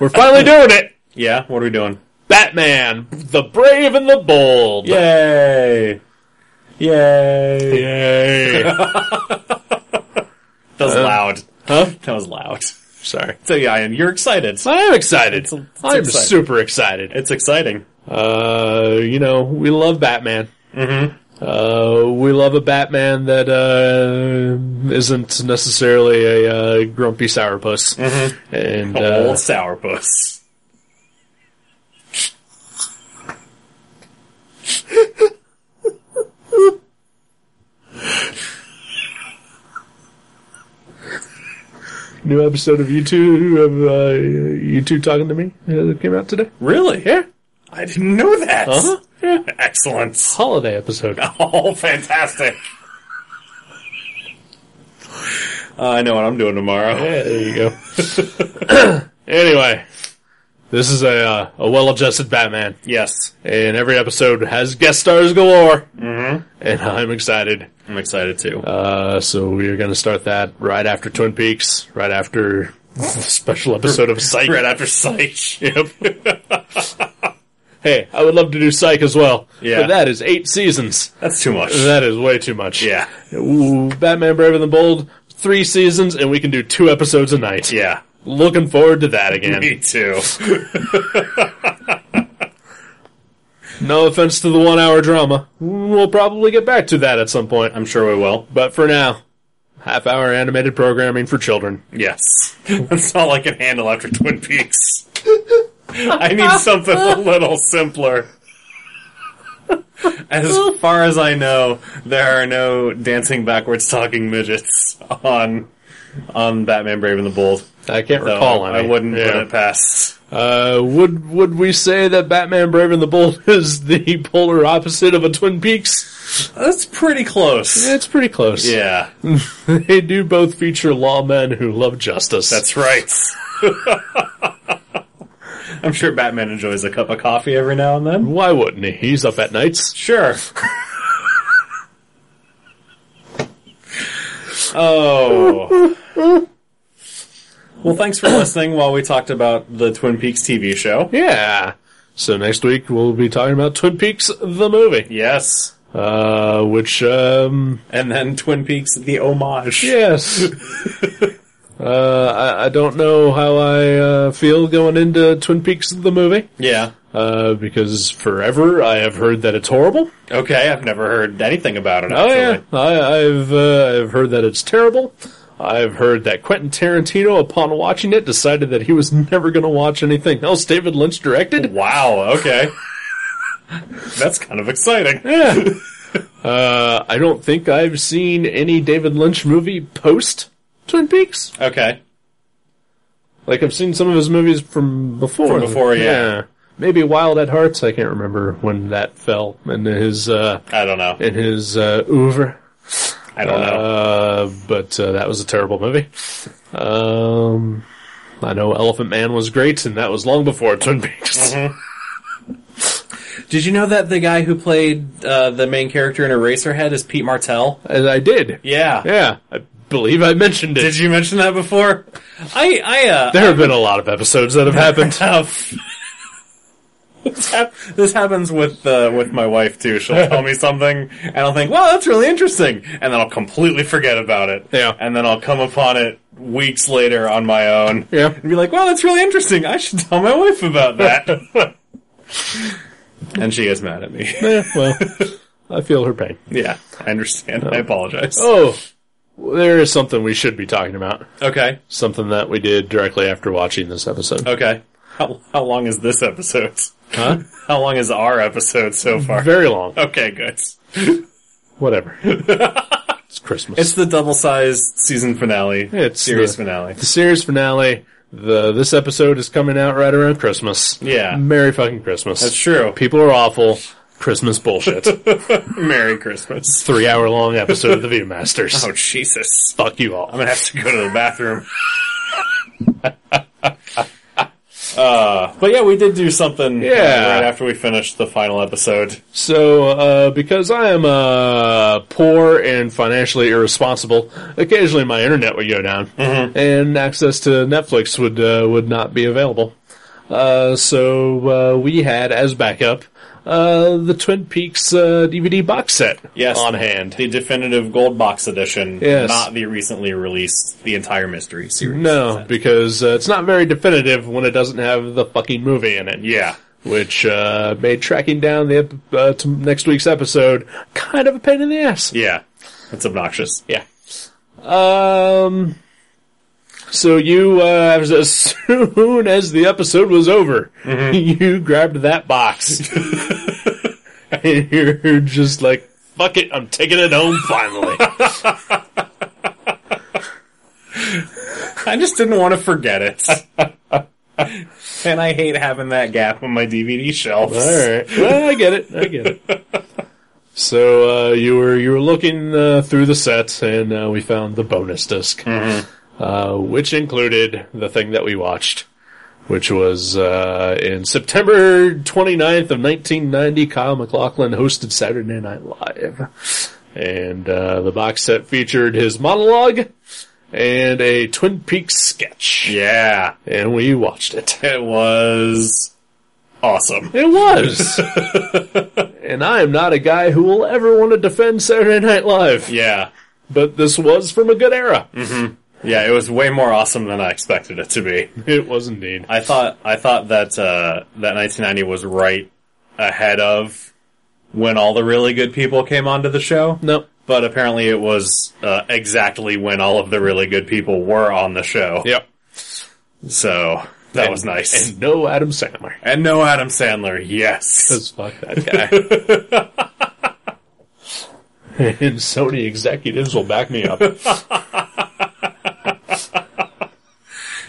we're finally doing it. Yeah, what are we doing? Batman, the Brave and the Bold. Yay! Yay! Yay. That was loud. huh? That was loud. Sorry. So, yeah, Ian, you're excited. I am excited. It's- it's I'm exciting. super excited. It's exciting. Uh, you know, we love Batman. Mm-hmm. Uh, we love a Batman that uh, isn't necessarily a uh, grumpy sourpuss. Mm-hmm. And Old uh, sourpuss. new episode of you two of uh, you two talking to me uh, that came out today. Really? Yeah, I didn't know that. Uh-huh. yeah. Excellent. Holiday episode. Oh, fantastic. Uh, I know what I'm doing tomorrow. Yeah, there you go. anyway, this is a uh, a well-adjusted Batman, Yes, and every episode has guest stars galore, mm-hmm. and I'm excited. I'm excited too. Uh, so we are going to start that right after Twin Peaks, right after the special episode of Psych. right after Psych. Yep. hey, I would love to do Psych as well, Yeah. but that is eight seasons. That's too much. That is way too much. yeah, Ooh, Batman Brave and the Bold, three seasons, and we can do two episodes a night. yeah. Looking forward to that again. Me too. No offense to the one hour drama. We'll probably get back to that at some point. I'm sure we will. But for now, half hour animated programming for children. Yes, that's all I can handle after Twin Peaks. I need something a little simpler. As far as I know, there are no dancing backwards talking midgets on on Batman Brave and the Bold. I can't So recall I, any. wouldn't Yeah. put it past. Uh, would would we say that Batman Brave and the Bold is the polar opposite of a Twin Peaks? That's pretty close. It's pretty close. Yeah, They do both feature lawmen who love justice. that's right. I'm sure Batman enjoys a cup of coffee every now and then. why wouldn't he? He's up at nights. Sure. oh. Well, thanks for listening while we talked about the Twin Peaks TV show. Yeah. So next week we'll be talking about Twin Peaks the movie, Yes. uh, which um, And then Twin Peaks the homage. Yes. uh, I, I don't know how I uh, feel going into Twin Peaks the movie Yeah. uh, because forever I have heard that it's horrible. Okay, I've never heard anything about it. Oh actually. yeah, I, I've uh, I've heard that it's terrible. I've heard that Quentin Tarantino, upon watching it, decided that he was never going to watch anything else David Lynch directed. Wow. Okay. That's kind of exciting. Yeah. uh, I don't think I've seen any David Lynch movie post Twin Peaks. Okay. Like I've seen some of his movies from before. From before, yeah. Maybe Wild at Hearts. I can't remember when that fell in his uh, I don't know. in his uh, oeuvre. I don't know. Uh, but uh, that was a terrible movie. Um, I know Elephant Man was great, and that was long before Twin Peaks. Mm-hmm. Did you know that the guy who played uh, the main character in Eraserhead is Pete Martell? And I did. Yeah. Yeah, I believe I mentioned it. Did you mention that before? I I uh there have been a lot of episodes that have happened. tough. this, hap- this happens with uh, with my wife too. She'll tell me something, and I'll think, "Wow, that's really interesting," and then I'll completely forget about it. Yeah. and then I'll come upon it weeks later on my own. Yeah. and be like, "Wow, that's really interesting. I should tell my wife about that." and she gets mad at me. Eh, well, I feel her pain. yeah, I understand. I apologize. Oh, there is something we should be talking about. Okay, something that we did directly after watching this episode. okay. How how long is this episode? Huh? Mm-hmm. How long is our episode so far? Very long. Okay, good. Whatever. it's Christmas. It's the double-sized season finale. It's series the- finale. the series finale. The this episode is coming out right around Christmas. Yeah. Merry fucking Christmas. That's true. People are awful. Christmas bullshit. Merry Christmas. Three hour long episode of the Viewmasters. Oh Jesus! Fuck you all. I'm gonna have to go to the bathroom. uh, but yeah, we did do something. uh, Yeah. right after we finished the final episode. So, uh, because I am uh, poor and financially irresponsible, occasionally my internet would go down, and access to Netflix would uh, would not be available. Uh, so uh, we had as backup uh, the Twin Peaks uh, DVD box set Yes. on hand. The definitive gold box edition, Yes. not the recently released, the entire mystery series. No, because uh, it's not very definitive when it doesn't have the fucking movie in it. Yeah. Which uh, made tracking down the ep- uh, to next week's episode kind of a pain in the ass. Yeah. That's obnoxious. Yeah. Um. So you, uh, as soon as the episode was over, you grabbed that box, and you're just like, "Fuck it, I'm taking it home finally." I just didn't want to forget it. and I hate having that gap on my DVD shelves. All right. Well, I get it. I get it. So uh, you were you were looking uh, through the set, and uh, we found the bonus disk, uh, which included the thing that we watched, which was uh, in September 29th of 1990. Kyle MacLachlan hosted Saturday Night Live, and uh, the box set featured his monologue and a Twin Peaks sketch, Yeah. and we watched it. It was awesome. It was. and I am not a guy who will ever want to defend Saturday Night Live, Yeah. Mm. but this was from a good era. Yeah, it was way more awesome than I expected it to be. It was indeed. I thought I thought that uh, that 1990 was right ahead of when all the really good people came onto the show. No. But apparently, it was uh, exactly when all of the really good people were on the show. Yep. So that was nice. And, And no Adam Sandler. no Adam Sandler. Yes. Because fuck that guy. and Sony executives will back me up.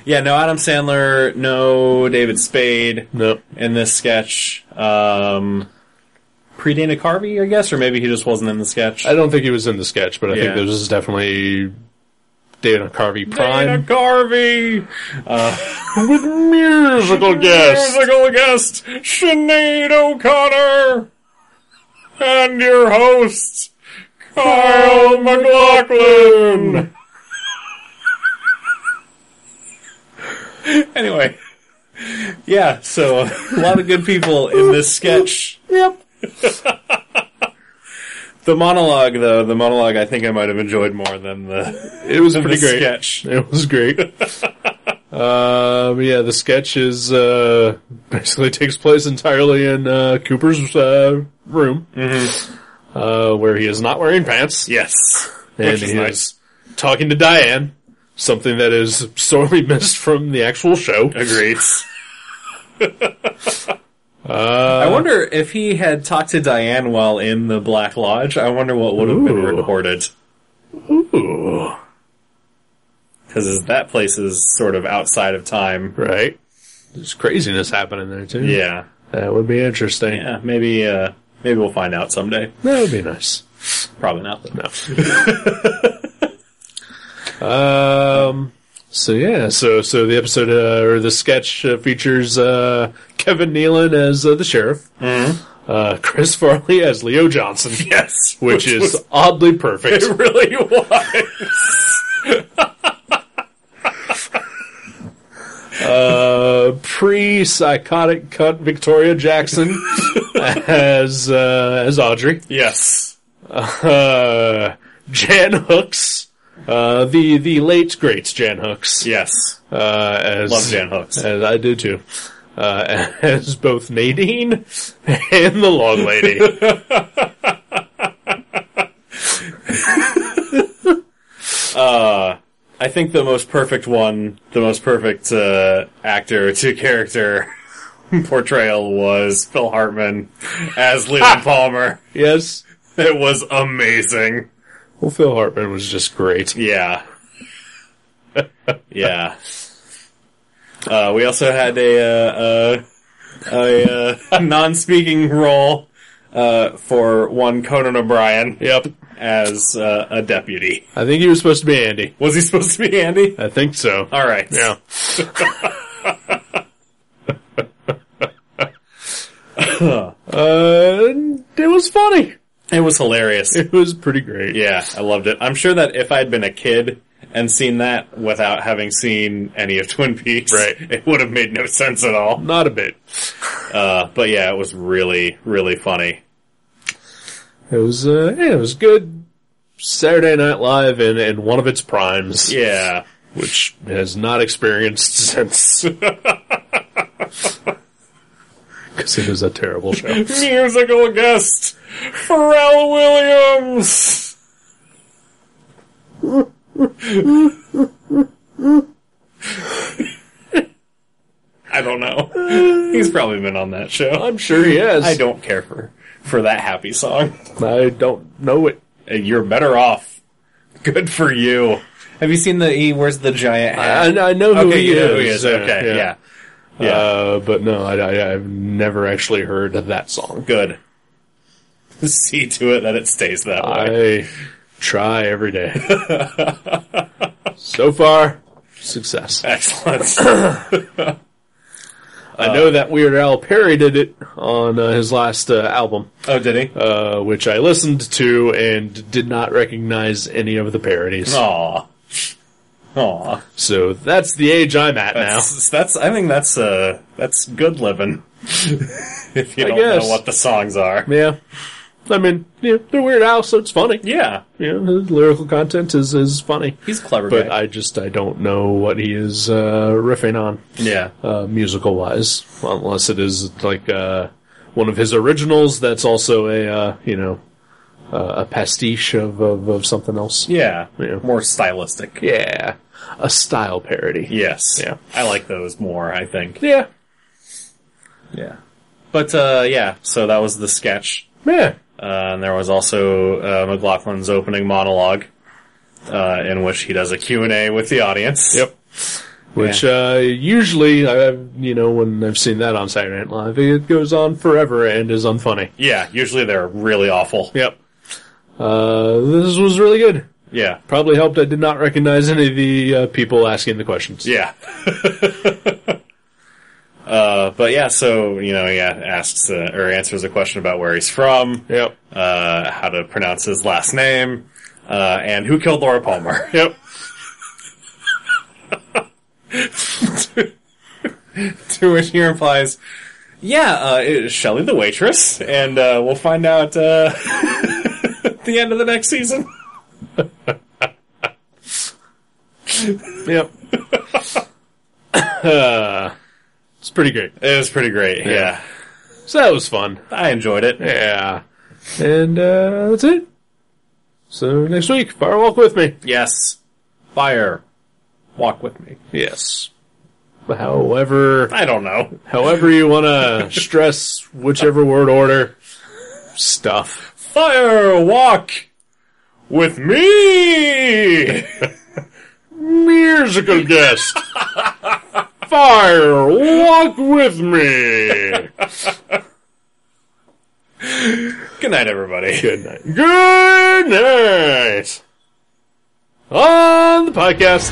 Yeah. No Adam Sandler. No David Spade No. in this sketch. Um, pre Dana Carvey, I guess, or maybe he just wasn't in the sketch. I don't think he was in the sketch, but I Yeah. think this is definitely Dana Carvey prime. Dana Carvey. with musical guests. musical guest, Sinead O'Connor, and your host, Kyle McLaughlin. anyway, yeah, so uh, a lot of good people in this sketch. Yep. The monologue, though, the monologue I think I might have enjoyed more than the, It was than pretty the great. sketch. It was great. um, yeah, the sketch is uh, basically takes place entirely in uh, Cooper's uh, room, Mm-hmm. uh, where he is not wearing pants Yes. and Which is he nice. is talking to Diane, something that is sorely missed from the actual show. Agreed. I wonder if he had talked to Diane while in the Black Lodge. I wonder what would have been Ooh. recorded Ooh, because that place is sort of outside of time. right. There's craziness happening there too. Yeah, that would be interesting. yeah. Maybe, uh, maybe we'll find out someday. That would be nice. Probably not. though. Um. So yeah, so so the episode uh, or the sketch uh, features uh, Kevin Nealon as uh, the sheriff, Mm-hmm. uh, Chris Farley as Leo Johnson, Yes, which is was- oddly perfect. it really was. Uh, Pre-psychotic cut Victoria Jackson as uh, as Audrey, yes, uh, Jan Hooks, uh, the the late great Jan Hooks, yes. uh, as Love Jan Hooks. as I do too, uh, as both Nadine and the Long Lady. I think the most perfect one, the most perfect uh, actor to character portrayal was Phil Hartman as Leon Palmer. yes, It was amazing. Well, Phil Hartman was just great. Yeah. yeah. Uh, we also had a, uh, uh, a, uh, non-speaking role, uh, for one Conan O'Brien Yep. as, uh, a deputy. I think he was supposed to be Andy. Was he supposed to be Andy? I think so. Alright. Yeah. uh, it was funny. It was hilarious. It was pretty great. Yeah, I loved it. I'm sure that if I had been a kid and seen that without having seen any of Twin Peaks, Right. it would have made no sense at all. Not a bit. Uh, but yeah, it was really, really funny. It was. Uh, yeah, it was good. Saturday Night Live in, in one of its primes, Yeah. which has not experienced since. Because it was a terrible show. Musical guest, Pharrell Williams! I don't know. He's probably been on that show. I'm sure he has. I don't care for, for that happy song. I don't know it. And you're better off. Good for you. Have you seen the he wears the giant I, hat? I know who okay, he you know is. who he is. Okay, yeah. Yeah. Uh, but no, I, I, I've never actually heard that song. Good. See to it that it stays that way. I try every day. so far, success. Excellent. I Uh, know that Weird Al Perry did it on uh, his last uh, album, oh, did he? uh, which I listened to and did not recognize any of the parodies. Aw. Aw. So that's the age I'm at That's, that's I think that's uh that's good living. if you I don't guess. know what the songs are. now. Yeah. I mean, yeah, they're Weird Al, so it's funny. Yeah. You know, the lyrical content is, is funny. He's a clever but guy. I just I don't know what he is uh, riffing on yeah. uh, musical wise, unless it is like uh, one of his originals. That's also a uh, you know uh, a pastiche of, of of something else. yeah. Yeah. More stylistic. Yeah, a style parody. Yes. Yeah. I like those more, I think. yeah, Yeah. But uh yeah, so that was the sketch. yeah. Uh, and there was also uh, McLaughlin's opening monologue, uh, in which he does a Q&A with the audience. Yep. Which uh, usually, I, I've- you know, when I've seen that on Saturday Night Live, it goes on forever and is unfunny. Yeah, usually they're really awful. Yep. Uh, this was really good. Yeah. Probably helped I did not recognize any of the uh, people asking the questions. Yeah. uh, but yeah, so, you know, yeah, asks uh, or answers a question about where he's from, Yep. uh, how to pronounce his last name, uh, and who killed Laura Palmer. Yep. to which he replies, "Yeah, uh, it is Shelley the waitress, and uh, we'll find out uh, at the end of the next season." Yep. it's pretty great. It was pretty great. Yeah, So that was fun. I enjoyed it. Yeah. And uh, that's it. So next week, fire walk with me. Yes, fire, walk with me. Yes. However, I don't know. however you want to stress whichever word order stuff. Fire, walk with me. Musical guest. Fire walk with me. Good night, everybody. Good night. Good night. On the podcast.